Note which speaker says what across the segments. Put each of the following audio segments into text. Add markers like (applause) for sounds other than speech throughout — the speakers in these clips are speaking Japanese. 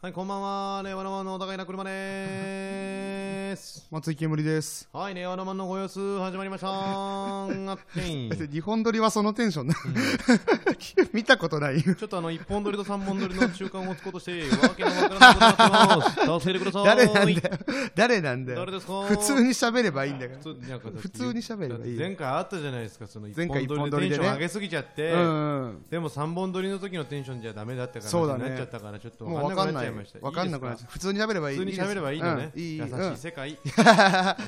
Speaker 1: はい、こんばんは。令和ロマンのお互いな車でー
Speaker 2: (laughs)
Speaker 1: す。
Speaker 2: 松井けむりです。
Speaker 1: はい、令和ロマンのご様子、始まりま
Speaker 2: (laughs)
Speaker 1: したー。あってん
Speaker 2: だって日本撮りはそのテンションな。 (laughs) 見たことない。
Speaker 1: ちょっとあの、一本撮りと三本撮りの中間をつこうとして、わけのわからないことになって
Speaker 2: (laughs)
Speaker 1: ます。助けてください。
Speaker 2: 誰なんだよ。誰なんだよ。
Speaker 1: 誰ですか
Speaker 2: 普通に喋ればいいんだから。
Speaker 1: 普通なんか
Speaker 2: 普通に喋ればいいよ
Speaker 1: 前回あったじゃないですか、その一
Speaker 2: 前回
Speaker 1: 本撮りでテンション上げすぎちゃって。
Speaker 2: うんうん。
Speaker 1: でも三本撮りの時のテンションじゃダメだったから
Speaker 2: そうだね
Speaker 1: なっちゃったからちょっと
Speaker 2: もうわかんない
Speaker 1: わくちゃ。
Speaker 2: わかんなくなっ
Speaker 1: いま
Speaker 2: ち
Speaker 1: し
Speaker 2: ゃう。普通に喋れば
Speaker 1: た
Speaker 2: い
Speaker 1: い
Speaker 2: い。
Speaker 1: いですか普通に喋ればいいのね、
Speaker 2: うんいい。
Speaker 1: 優
Speaker 2: う
Speaker 1: しい
Speaker 2: ん
Speaker 1: 世界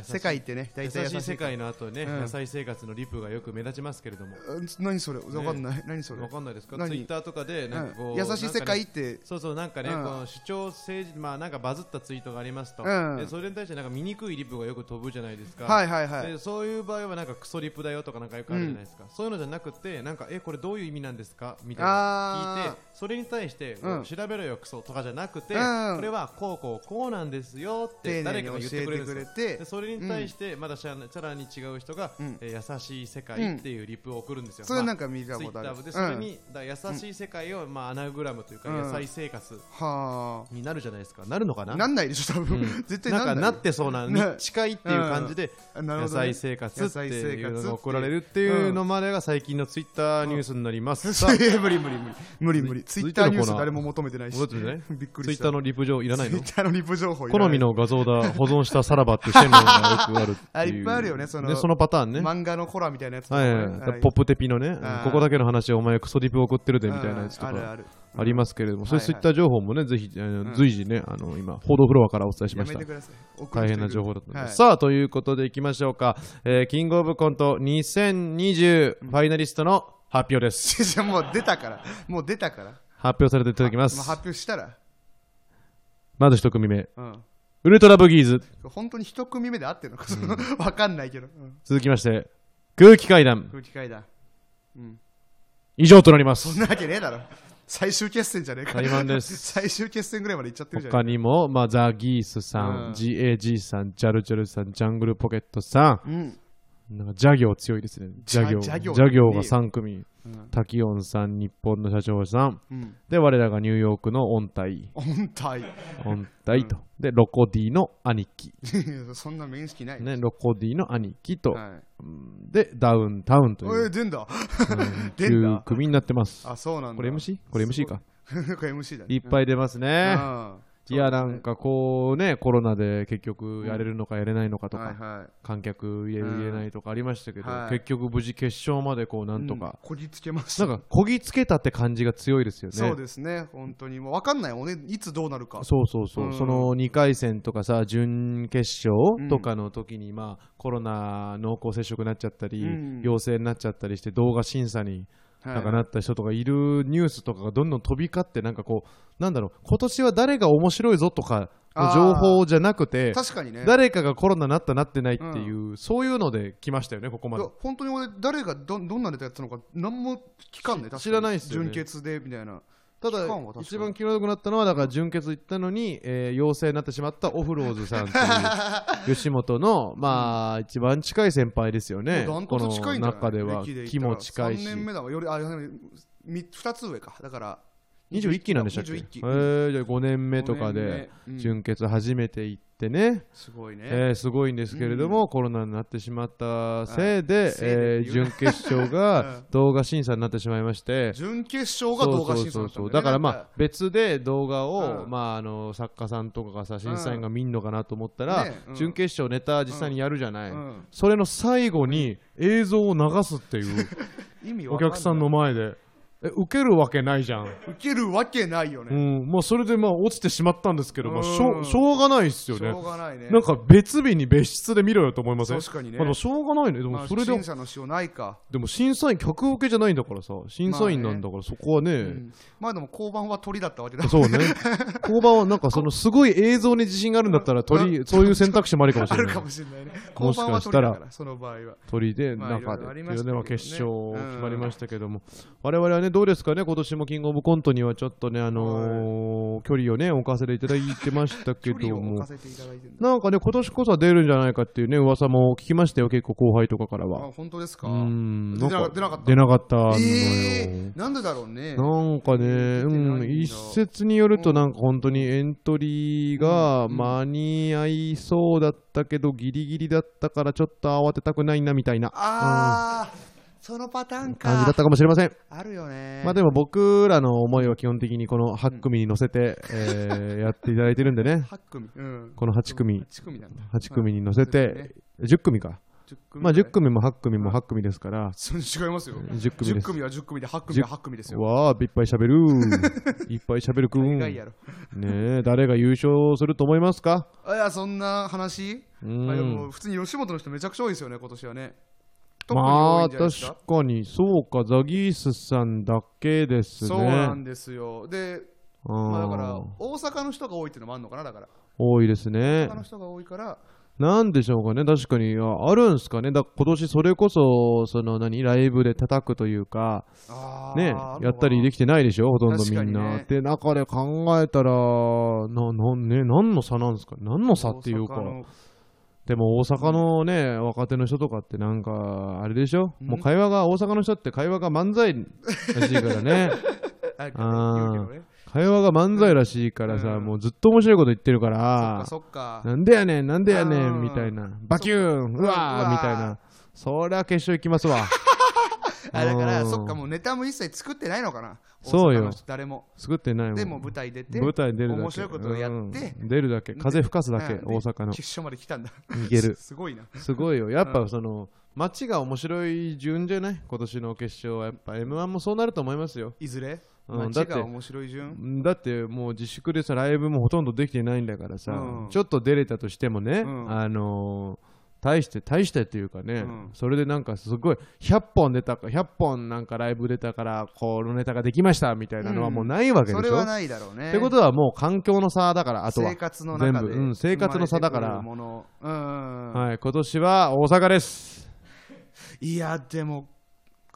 Speaker 2: 世界ってね、大
Speaker 1: 優
Speaker 2: 体
Speaker 1: し
Speaker 2: 優
Speaker 1: い
Speaker 2: し
Speaker 1: 世
Speaker 2: い。
Speaker 1: 界の後ね、
Speaker 2: うん
Speaker 1: 野菜生活のリプがよく目立ちますけれども、
Speaker 2: うん何それわかんない。何それ
Speaker 1: わかんないですか、
Speaker 2: 何
Speaker 1: ツイッターとかで、なんかこう、
Speaker 2: うん優しい世界
Speaker 1: なん
Speaker 2: っ
Speaker 1: かね
Speaker 2: て、
Speaker 1: そうそう、なんかね、
Speaker 2: うん
Speaker 1: この主張政治、まあなんかバズったツイートがありますと、
Speaker 2: うん
Speaker 1: でそれに対してなんか醜いリプがよく飛ぶじゃないですか、
Speaker 2: はいはいはい。
Speaker 1: でそういう場合はなんかクソリプだよとかなんかよくあるじゃないですか、そういうのじゃなくてなんかえこれどういう意味なんですかみたいなの聞い
Speaker 2: あー
Speaker 1: てそれに対して、
Speaker 2: うん
Speaker 1: 調べろよクソとかじゃなくて、
Speaker 2: うん
Speaker 1: これはこうこうこうなんですよって
Speaker 2: 丁寧
Speaker 1: 誰
Speaker 2: に
Speaker 1: かが
Speaker 2: 教
Speaker 1: 言
Speaker 2: え
Speaker 1: って
Speaker 2: て
Speaker 1: くれるん
Speaker 2: く
Speaker 1: です
Speaker 2: れ
Speaker 1: よ
Speaker 2: て
Speaker 1: で、それに対してまださらに違う人が、
Speaker 2: うん
Speaker 1: えー優しい世界っていうリプを送るんですよ、
Speaker 2: それ
Speaker 1: ま
Speaker 2: な
Speaker 1: あ
Speaker 2: んか見た
Speaker 1: ツイ
Speaker 2: こ
Speaker 1: ッ
Speaker 2: とあ
Speaker 1: タ
Speaker 2: る
Speaker 1: ー。でそれに、だから優しい世界を、まあ、アナグラムというか、
Speaker 2: うん
Speaker 1: 野菜生活
Speaker 2: は
Speaker 1: になるじゃないですかなるのか
Speaker 2: あ。
Speaker 1: な
Speaker 2: なんないでしょ、多分。絶対
Speaker 1: なん
Speaker 2: な
Speaker 1: か
Speaker 2: んな
Speaker 1: ないってそうな、
Speaker 2: ね
Speaker 1: に近いっていう感じで、
Speaker 2: あなる
Speaker 1: 野
Speaker 2: ほどね
Speaker 1: 菜生活っていうのが怒られ
Speaker 2: (laughs)
Speaker 1: るって
Speaker 2: 野菜生活って
Speaker 1: い
Speaker 2: いうう
Speaker 1: のまでが最近のツイッターニュースになります。
Speaker 2: (laughs)
Speaker 1: さあ、
Speaker 2: 無理無理無理無理無理ツイ
Speaker 1: 続い
Speaker 2: ッ
Speaker 1: て
Speaker 2: タ
Speaker 1: の
Speaker 2: ー
Speaker 1: コーナー
Speaker 2: ニュース誰も求めてないし。
Speaker 1: 戻ってね
Speaker 2: びっく
Speaker 1: ツ
Speaker 2: り
Speaker 1: イ
Speaker 2: し
Speaker 1: ッター
Speaker 2: た
Speaker 1: のリプ上いらない
Speaker 2: (laughs) ツイ
Speaker 1: の
Speaker 2: ッターのリプ情報いらない
Speaker 1: 好みの画像だ、保存したさらばってしてるのがよくあるっていう
Speaker 2: (laughs) あいっぱいあるよねその
Speaker 1: でそのパターンね。
Speaker 2: 漫画のコラみたいなやつとか
Speaker 1: は
Speaker 2: ね
Speaker 1: い
Speaker 2: あ
Speaker 1: は
Speaker 2: れ
Speaker 1: い、ポップテピのね
Speaker 2: あ、ー
Speaker 1: ここだけの話、お前クソリプ送ってるでみたいなやつと
Speaker 2: あるあ
Speaker 1: か
Speaker 2: る
Speaker 1: ありますけれども、そういう
Speaker 2: はい
Speaker 1: ツ
Speaker 2: は
Speaker 1: イ
Speaker 2: い
Speaker 1: ッター情報もね、ぜひ、あの随時ね、あの今、報道フロアからお伝えし
Speaker 2: や
Speaker 1: まし
Speaker 2: め
Speaker 1: た
Speaker 2: て。ください送
Speaker 1: 大
Speaker 2: る人い
Speaker 1: 変
Speaker 2: る
Speaker 1: な情報だったので、
Speaker 2: はい
Speaker 1: さあということでいきましょうか、えーキングオブコント2020ファイナリストの発表です、
Speaker 2: じゃあもう出たからもう出たから
Speaker 1: 発表されていただきま
Speaker 2: まあ
Speaker 1: す
Speaker 2: 発表したら
Speaker 1: まず一組目
Speaker 2: うん
Speaker 1: ウルトラブギーズ
Speaker 2: 本当に一組目で合ってるのかその (laughs) わかんないけどうん
Speaker 1: 続きまして空気階段
Speaker 2: 空気階段うん
Speaker 1: 以上となりま
Speaker 2: そ (laughs)
Speaker 1: す
Speaker 2: んなわけねえだろ最終決戦じゃねえか
Speaker 1: 大満です
Speaker 2: (laughs) 最終決戦ぐらいまでいっちゃってるじゃ
Speaker 1: 他
Speaker 2: ん
Speaker 1: にも、まあ、ザ・ギースさ、
Speaker 2: うんん
Speaker 1: GAG さん、ジャルジャルさん、ジャングルポケットさ
Speaker 2: うん
Speaker 1: ん、なんかジャ行強いですね。ジ
Speaker 2: ジ
Speaker 1: ャ
Speaker 2: ャ
Speaker 1: 行。ジ
Speaker 2: ジ
Speaker 1: ャ
Speaker 2: ャ
Speaker 1: 行
Speaker 2: 行
Speaker 1: が3組。
Speaker 2: うん
Speaker 1: タキオンさん、日本の社長さん。
Speaker 2: うん
Speaker 1: で、我らがニューヨークの音体。
Speaker 2: 本体
Speaker 1: 音体と。で、ロコディの兄貴。
Speaker 2: (laughs) そんな面識ない
Speaker 1: ね、ロコディの兄貴と、
Speaker 2: はい
Speaker 1: うんでダウンタウンとい
Speaker 2: え
Speaker 1: う
Speaker 2: ー、出
Speaker 1: (laughs)
Speaker 2: んだ。出ん
Speaker 1: 9
Speaker 2: だ。
Speaker 1: 組になってます。
Speaker 2: あ、そうなんだ。
Speaker 1: これ MC? これ MC か。
Speaker 2: (laughs) これ MC だね。
Speaker 1: いっぱい出ますね。
Speaker 2: あー
Speaker 1: いや、なんかこうね、コロナで結局やれるのかやれないのかと
Speaker 2: はい
Speaker 1: か、
Speaker 2: は
Speaker 1: 観客入れる
Speaker 2: うん
Speaker 1: 入れないとかありましたけど
Speaker 2: は、い。
Speaker 1: 結局無事決勝までこうないんとか
Speaker 2: う、こぎつけまし
Speaker 1: な
Speaker 2: た。
Speaker 1: んかこぎつけたって感じが強いですよね。
Speaker 2: そうですね、本当に。もう分かんないもんね、いつどうなるか。
Speaker 1: そうそうそう、
Speaker 2: うん
Speaker 1: その2回戦とかさ準決勝
Speaker 2: ん
Speaker 1: とかの時に、まあ、コロナ濃厚接触になっちゃったり、
Speaker 2: うん
Speaker 1: 陽性になっちゃったりして動画審査に
Speaker 2: はい
Speaker 1: なんかなった人とかいるニュースとかがどんどん飛び交ってなんかこうなんだろう今年は誰が面白いぞとかの情報じゃなくて
Speaker 2: 確かにね。
Speaker 1: 誰かがコロナなったなってないっていう、そういうので来ましたよねここま
Speaker 2: い
Speaker 1: で
Speaker 2: や本当に俺、誰がどどんなネタやってたのか、何も聞かんね、確かに
Speaker 1: 知らないっすよね
Speaker 2: 純潔でみたいな。
Speaker 1: ただ
Speaker 2: 期間は確かに
Speaker 1: 一番気の毒なったのはだから純潔行ったのに、えー陽性になってしまったオフローズさんと
Speaker 2: (laughs)
Speaker 1: いう吉本のまあ一番近い先輩ですよね
Speaker 2: もうダン
Speaker 1: こ
Speaker 2: トツ近
Speaker 1: の
Speaker 2: いんじゃない
Speaker 1: 中では
Speaker 2: 歴
Speaker 1: 気
Speaker 2: 言った
Speaker 1: も
Speaker 2: ら
Speaker 1: 近いし
Speaker 2: 3年目だわ。より、あ、2つ上か。だから、
Speaker 1: 21期なんでしたっけ、え
Speaker 2: 21期
Speaker 1: ー、じゃあ5年目とかで
Speaker 2: 五年目うん
Speaker 1: 純潔初めて行ってね、
Speaker 2: すごいね。
Speaker 1: えーすごいんですけれども、コロナになってしまったせいで、
Speaker 2: せいで
Speaker 1: え
Speaker 2: っ
Speaker 1: ー
Speaker 2: ていう
Speaker 1: 準決勝
Speaker 2: (laughs)
Speaker 1: が動画審査になってしまいまして、
Speaker 2: 準決勝が動画審査
Speaker 1: そうそう
Speaker 2: だった
Speaker 1: そ
Speaker 2: ん
Speaker 1: う
Speaker 2: ね
Speaker 1: だからま
Speaker 2: なん
Speaker 1: あ別で動画を、
Speaker 2: うん
Speaker 1: まあ、あの作家さんとかがさ審査員が見んのかなと思ったら、
Speaker 2: ねうん
Speaker 1: 準決勝ネタ実際にやるじゃない、
Speaker 2: うん
Speaker 1: それの最後に映像を流すって
Speaker 2: (laughs)
Speaker 1: いう
Speaker 2: 意味わ
Speaker 1: お
Speaker 2: かんない
Speaker 1: 客さんの前でえ受けるわけないじゃん、
Speaker 2: 受けるわけないよ
Speaker 1: う
Speaker 2: ね。
Speaker 1: んまあ、それでまあ落ちてしまったんですけど、まあ、しょ
Speaker 2: う
Speaker 1: うんしょうがないですよ
Speaker 2: し
Speaker 1: ね
Speaker 2: ょうがないね。
Speaker 1: なんか別日に別室で見ろよと思いません
Speaker 2: 確かにね
Speaker 1: あのしょうがないねで
Speaker 2: ま
Speaker 1: も
Speaker 2: あ
Speaker 1: それで
Speaker 2: 審査のしようないか。
Speaker 1: でも審査員客受けじゃないんだからさ審査員なんだから、そこはね、
Speaker 2: うんまあでも交番は鳥だったわけだ。
Speaker 1: そう
Speaker 2: (laughs)
Speaker 1: ね。交番はなんかそのすごい映像に自信があるんだったら鳥、そういう選択肢もありかもし
Speaker 2: あ
Speaker 1: れ
Speaker 2: る
Speaker 1: ない
Speaker 2: か。もしれないね。
Speaker 1: も
Speaker 2: 交
Speaker 1: し
Speaker 2: 番
Speaker 1: か
Speaker 2: は
Speaker 1: し
Speaker 2: 鳥
Speaker 1: たら
Speaker 2: だから、その場合は。
Speaker 1: 鳥で
Speaker 2: まあ
Speaker 1: 中
Speaker 2: いろいろ
Speaker 1: で
Speaker 2: あ
Speaker 1: って
Speaker 2: り
Speaker 1: い
Speaker 2: ま
Speaker 1: う
Speaker 2: し
Speaker 1: ね、
Speaker 2: たけどね
Speaker 1: まあ決勝
Speaker 2: うん
Speaker 1: 決まりましたけども、我々はねどうですかね、今年もキングオブコントにはちょっとね、あのー距離をね、置かせていただいてましたけ
Speaker 2: 距離
Speaker 1: ど
Speaker 2: を置
Speaker 1: も
Speaker 2: か、せていただいてるんだ
Speaker 1: なんかね、今年こそは出るんじゃないかっていうね、噂も聞きましたよ、結構後輩とかからは。
Speaker 2: あ本当ですか
Speaker 1: うん、
Speaker 2: 出な
Speaker 1: なん
Speaker 2: 出なかった
Speaker 1: 出なかったのよ。
Speaker 2: えー、なんでだろうね
Speaker 1: なんかね、
Speaker 2: 出てないんだ
Speaker 1: うん、一説によると、
Speaker 2: うん
Speaker 1: なんか本当にエントリーが
Speaker 2: うん
Speaker 1: 間に合いそうだったけど、ギリギリだったから、ちょっと慌てたくないなみたいなうん
Speaker 2: あー、そのパターン
Speaker 1: 感じだ
Speaker 2: か
Speaker 1: ったかもしれません。
Speaker 2: あるよね
Speaker 1: まあでも僕らの思いは基本的にこの8組に乗せて、えー (laughs) やっていただいてるんでね、
Speaker 2: 8組、うん、
Speaker 1: この8組、
Speaker 2: 8組なんだ
Speaker 1: 8組に乗せて、10組か。
Speaker 2: 10組
Speaker 1: まあ10組も8組も8組ですから、
Speaker 2: それ違いますよ
Speaker 1: 10組
Speaker 2: 10
Speaker 1: です。
Speaker 2: 組は10組で8組は8組ですよ
Speaker 1: わあ、いっぱい喋る。
Speaker 2: (laughs)
Speaker 1: いっぱい喋るくん。
Speaker 2: 意外
Speaker 1: ね
Speaker 2: やろ
Speaker 1: え、誰が優勝すると思いますか
Speaker 2: あいやそんな話、
Speaker 1: う
Speaker 2: まあでも
Speaker 1: ん。
Speaker 2: 普通に吉本の人めちゃくちゃ多いですよね今年はね特に多
Speaker 1: ま
Speaker 2: い
Speaker 1: あ
Speaker 2: んじゃないです
Speaker 1: 確
Speaker 2: か、
Speaker 1: かに、そうか、ザギースさんだけですね。
Speaker 2: そうなんですよで、
Speaker 1: うん
Speaker 2: まあ、だから大阪の人が多いっていうのもあるのかなだから
Speaker 1: 多いです
Speaker 2: 大
Speaker 1: ね
Speaker 2: 阪。の人が多いから
Speaker 1: なんでしょうかね、確かに、ああるんですかね、だ今年それこそ、その何、ライブで叩くというか、
Speaker 2: あー
Speaker 1: ね
Speaker 2: あるのか、な
Speaker 1: やったりできてないでしょ、ほとんどみん
Speaker 2: 確かに
Speaker 1: な。
Speaker 2: ね
Speaker 1: で、中で考えたら、な、な、ね、何の差なんですか、何の差っていう
Speaker 2: 大阪
Speaker 1: か、
Speaker 2: の
Speaker 1: でも大阪のね、若手の人とかって、なんか、あれでしょ、
Speaker 2: うん
Speaker 1: もう会話が、大阪の人って会話が漫才らしいから
Speaker 2: (laughs)
Speaker 1: ね、
Speaker 2: あ言うけどね
Speaker 1: 会話が漫才らしいからさ、
Speaker 2: うん
Speaker 1: もうずっと面白いこと言ってるか、
Speaker 2: そっからそっか
Speaker 1: なんでやねん、なんでやね
Speaker 2: あー
Speaker 1: んみたいな、バキューン、うわ
Speaker 2: うわー
Speaker 1: ーみたいな、そりゃ決勝行きますわ、
Speaker 2: (laughs) あだから
Speaker 1: うん
Speaker 2: そっかもうネタも一切作ってないのかな
Speaker 1: そうよ
Speaker 2: 大阪の人誰も
Speaker 1: 作ってないもん、
Speaker 2: でもう舞台出て
Speaker 1: 舞台出るだけ、
Speaker 2: 面白いことをやって
Speaker 1: うん出るだけ、風吹かすだけ、
Speaker 2: うん
Speaker 1: 大阪の、
Speaker 2: 決勝まで来たんだ
Speaker 1: いける、
Speaker 2: (laughs) すごいな
Speaker 1: すごいよ、やっぱその、街が面白い順じゃない、今年の決勝は、やっぱ m 1もそうなると思いますよ。
Speaker 2: いずれ
Speaker 1: うん
Speaker 2: 街が面白い順
Speaker 1: だってもう自粛でさライブもほとんどできてないんだからさ、
Speaker 2: うん
Speaker 1: ちょっと出れたとしてもね、
Speaker 2: うん
Speaker 1: あのー大して大してっていうかね、
Speaker 2: うん
Speaker 1: それでなんかすごい100本出たか100本なんかライブ出たからこのネタができましたみたいなのはもうないわけでしょ、
Speaker 2: それはないだろうね
Speaker 1: ってことはもう環境の差だからあとは
Speaker 2: 生活の中で
Speaker 1: 全部うん生活の差だから
Speaker 2: 生まれてくるものうん
Speaker 1: はい、今年は大阪です (laughs)
Speaker 2: いやでも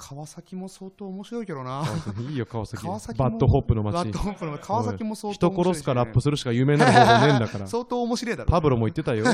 Speaker 2: 川崎も相当面白いけどな
Speaker 1: いいよ川崎
Speaker 2: 川崎も
Speaker 1: バッドホップの
Speaker 2: ラ
Speaker 1: 街
Speaker 2: ッドホップの川崎も相
Speaker 1: 人
Speaker 2: 当面白い
Speaker 1: 殺
Speaker 2: し
Speaker 1: すかラップするしか有名な方法ねえんだ
Speaker 2: (laughs)
Speaker 1: から
Speaker 2: 相当面白いだろう
Speaker 1: パブロも言ってた
Speaker 2: (laughs)
Speaker 1: よ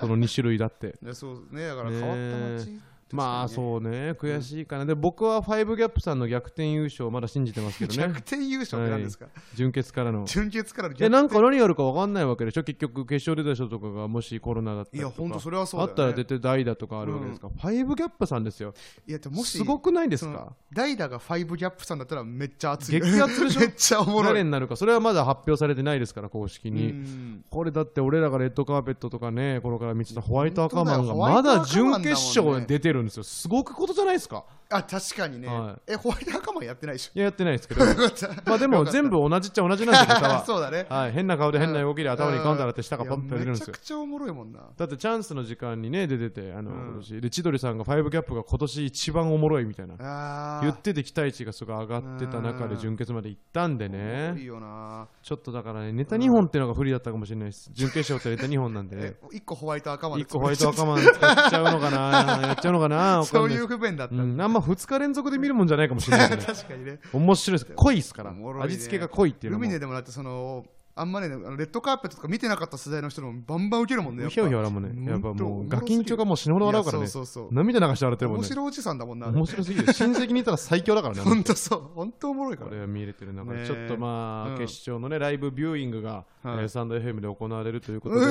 Speaker 1: その2種類だって
Speaker 2: ねそうねだから変わった街ですよね
Speaker 1: まあそうね、悔しいかな、で僕はファイブギャップさんの逆転優勝、まだ信じてますけどね
Speaker 2: 逆、転優勝って何ですか
Speaker 1: 準決からの。
Speaker 2: 純潔からの
Speaker 1: え
Speaker 2: 逆
Speaker 1: なんか何やるか分かんないわけでしょ、結局、決勝出た人とかがもしコロナだったり
Speaker 2: いや
Speaker 1: と
Speaker 2: 本当
Speaker 1: か、
Speaker 2: それはそう
Speaker 1: あ
Speaker 2: だよ
Speaker 1: ったら
Speaker 2: ね
Speaker 1: 出て代打とかあるわけですか、ファイブギャップさんですよ、
Speaker 2: いやでももし
Speaker 1: すごくないです
Speaker 2: そ
Speaker 1: か
Speaker 2: の、代打がファイブギャップさんだったらめっちゃ熱い
Speaker 1: 激アツでしょ
Speaker 2: (laughs) めっちゃおもろ
Speaker 1: 誰
Speaker 2: い
Speaker 1: になるか、それはまだ発表されてないですから、公式
Speaker 2: う
Speaker 1: に。
Speaker 2: ん
Speaker 1: これだって俺らがレッドカーペットとかね、このから見てたホワイト赤マンが
Speaker 2: 本当だよ
Speaker 1: まだ
Speaker 2: ホ
Speaker 1: 準
Speaker 2: ワイト赤マンだもんね
Speaker 1: 決勝に出てるんですよ、すごくことじゃないですか、
Speaker 2: あ確かにね
Speaker 1: は
Speaker 2: えホワイト赤マンやってないでし
Speaker 1: いや、やってない
Speaker 2: (laughs)
Speaker 1: ですけど、
Speaker 2: ょよかった。
Speaker 1: まあでも全部同じっちゃ同じなんですよ、歌は
Speaker 2: (laughs) そうだね
Speaker 1: はい、変な顔で変な動きで頭にカウンターだって下がパン
Speaker 2: い
Speaker 1: パン出
Speaker 2: や
Speaker 1: るんで
Speaker 2: め
Speaker 1: す
Speaker 2: ちゃ
Speaker 1: よ
Speaker 2: く。ちゃおもろいもんな
Speaker 1: だってチャンスの時間にね出ててあの、
Speaker 2: うん
Speaker 1: 今年で千鳥さんがファイブギャップが今年一番おもろいみたいな
Speaker 2: あ
Speaker 1: 言ってて期待値がすごい上がってた中で
Speaker 2: うん
Speaker 1: 準決まで行ったんで
Speaker 2: ていい
Speaker 1: ね
Speaker 2: よな
Speaker 1: ちょっとだからねネタ2本っていうのが不利だったかもしれないです準決勝ってネタ2本なんでね
Speaker 2: え一個ホワイト赤マン
Speaker 1: 1個ホワイト赤マン使っちゃうのか
Speaker 2: (laughs)
Speaker 1: なやっちゃうのかなわかん
Speaker 2: そ
Speaker 1: な
Speaker 2: う
Speaker 1: い
Speaker 2: い
Speaker 1: です
Speaker 2: う不便だった
Speaker 1: う、ん、あんま2日連続で見るもんじゃないかもしれ
Speaker 2: (laughs)
Speaker 1: ないですね
Speaker 2: 確かにね
Speaker 1: 面白いです濃いですから、
Speaker 2: おもろいね
Speaker 1: 味付けが濃いっていうのも
Speaker 2: 海ででもだってそのあんまねあのレッドカーペットとか見てなかった世代の人でもバンバン受けるもんねやっぱ
Speaker 1: ひょひょ笑うもんねやっぱ
Speaker 2: ほんと
Speaker 1: も
Speaker 2: お
Speaker 1: う
Speaker 2: もろ
Speaker 1: ガ
Speaker 2: す
Speaker 1: キ
Speaker 2: ぎる
Speaker 1: ンチョがもう死ぬほど笑うから
Speaker 2: い
Speaker 1: ね
Speaker 2: やそうそうそう
Speaker 1: 涙流して笑ってるもん
Speaker 2: 面
Speaker 1: ね
Speaker 2: 白いおじさんだもんな
Speaker 1: 面白すぎる親戚にいたら最強だからね
Speaker 2: (laughs) 本当そう本当おもろいか
Speaker 1: こ
Speaker 2: ら
Speaker 1: れは見れてる中
Speaker 2: ね
Speaker 1: で
Speaker 2: え
Speaker 1: ちょっとま
Speaker 2: う
Speaker 1: あ
Speaker 2: ん
Speaker 1: 決勝のねライブビューイングがえ
Speaker 2: はい
Speaker 1: ーサンド FM で行われるということで
Speaker 2: え
Speaker 1: え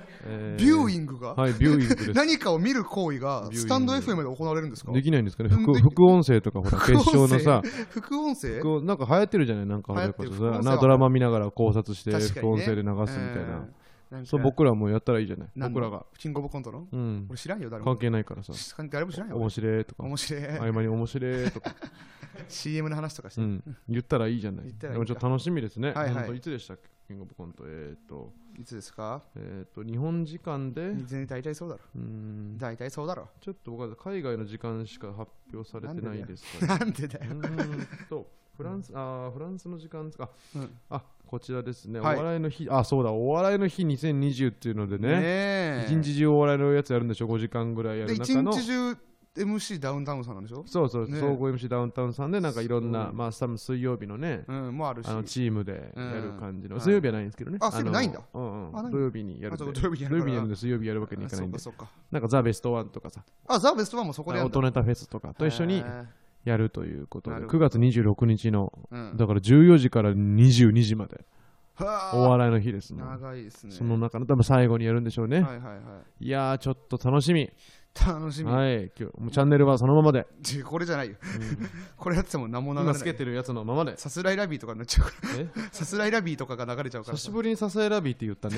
Speaker 2: ー (laughs) ビュー
Speaker 1: ン
Speaker 2: イングが、
Speaker 1: グはいビューイングです
Speaker 2: (laughs) 何かを見る行為が
Speaker 1: ビューイング
Speaker 2: スタンド FM で行われるんですか
Speaker 1: できないんですかね
Speaker 2: うん
Speaker 1: 副
Speaker 2: でき
Speaker 1: 副音声とかほら決
Speaker 2: 副音声
Speaker 1: 勝のさ
Speaker 2: 副音声
Speaker 1: 副音なんか流行ってるじゃないなんか
Speaker 2: 流行
Speaker 1: そ
Speaker 2: っ
Speaker 1: う
Speaker 2: てる
Speaker 1: いうこ
Speaker 2: 副
Speaker 1: と
Speaker 2: 音声
Speaker 1: な
Speaker 2: は
Speaker 1: ドラマ見ながら考察して
Speaker 2: 確か
Speaker 1: 副
Speaker 2: に
Speaker 1: 音
Speaker 2: ね
Speaker 1: 声で流すみたいな
Speaker 2: うんんか
Speaker 1: そう僕らもやったらいいじゃない
Speaker 2: なんだ
Speaker 1: 僕らが
Speaker 2: キングオブコントの
Speaker 1: うん
Speaker 2: 俺知らんよ誰も
Speaker 1: 関係ないからさ
Speaker 2: 誰も知らんよ
Speaker 1: 面白いとか
Speaker 2: 面白い
Speaker 1: 合間に面白いとか
Speaker 2: CM の話とかして
Speaker 1: うん言ったらいいじゃない
Speaker 2: 言った
Speaker 1: で
Speaker 2: らいいか
Speaker 1: もちょっと楽しみですね
Speaker 2: はいはい
Speaker 1: 本当いつでしたっけキングオブコントえーっと
Speaker 2: いつですか
Speaker 1: えー、と日本時間でう
Speaker 2: 全然大体そうだろ
Speaker 1: ーん
Speaker 2: 大体そうだろ (laughs)
Speaker 1: ちょっと僕は海外の時間しか発表されてないですか
Speaker 2: (laughs) なんでだ
Speaker 1: ら、
Speaker 2: よ
Speaker 1: うーんとフランスあーフランスの時間ですか
Speaker 2: うん
Speaker 1: あこちらですね、
Speaker 2: はい
Speaker 1: お笑いの日あそうだお笑いの日2020っていうのでね
Speaker 2: え
Speaker 1: 一日中お笑いのやつやるんでしょ5時間ぐらいや
Speaker 2: で
Speaker 1: る
Speaker 2: 一
Speaker 1: 中の
Speaker 2: 日中 MC ダウンタウンさんなんでしょ、
Speaker 1: そうそう、
Speaker 2: ね
Speaker 1: 総合 MC ダウンタウンさんでなんかいろんな、
Speaker 2: そう
Speaker 1: まあ、多分水曜日のね、
Speaker 2: うん、もあるし
Speaker 1: あのチームで
Speaker 2: うん
Speaker 1: やる感じの、
Speaker 2: はい
Speaker 1: 水曜日はないんですけどね。
Speaker 2: あ水曜日
Speaker 1: の
Speaker 2: ないんだ
Speaker 1: うんうん
Speaker 2: あないんだ
Speaker 1: 土曜日にやるんで。
Speaker 2: あそう
Speaker 1: 土
Speaker 2: 土曜日やる
Speaker 1: 曜
Speaker 2: から
Speaker 1: 日にやるんで、水曜日やるわけにいかな
Speaker 2: そ
Speaker 1: いん
Speaker 2: う
Speaker 1: で
Speaker 2: か。そうか
Speaker 1: なんかザ・ベストワンとかさ、
Speaker 2: あザ・ベストワンもそこでや
Speaker 1: 大
Speaker 2: るんだ
Speaker 1: 人たフェスとかと一緒
Speaker 2: へ
Speaker 1: に
Speaker 2: ー
Speaker 1: やるということで、
Speaker 2: なる
Speaker 1: 9
Speaker 2: ほ
Speaker 1: 月26日の、
Speaker 2: うん、
Speaker 1: だから14時から22時まで、
Speaker 2: はあ
Speaker 1: お笑いの日ですね。
Speaker 2: 長いですね
Speaker 1: その中の多分最後にやるんでしょうね。
Speaker 2: はいはいはい
Speaker 1: いやー、ちょっと楽しみ。
Speaker 2: 楽しみ、
Speaker 1: はい、今日もうチャンネルはそのままで、
Speaker 2: ち (laughs) これじゃないよ (laughs) これやってても何も流れ
Speaker 1: 今つ
Speaker 2: な
Speaker 1: け
Speaker 2: い
Speaker 1: てるやつのままで。
Speaker 2: さすらいラビーとかになっちゃうか
Speaker 1: え (laughs)
Speaker 2: らさすらいラビーとかが流れちゃう
Speaker 1: 久
Speaker 2: から
Speaker 1: し
Speaker 2: さ
Speaker 1: ぶりにさすらいラビーって言った
Speaker 2: (laughs)
Speaker 1: ね。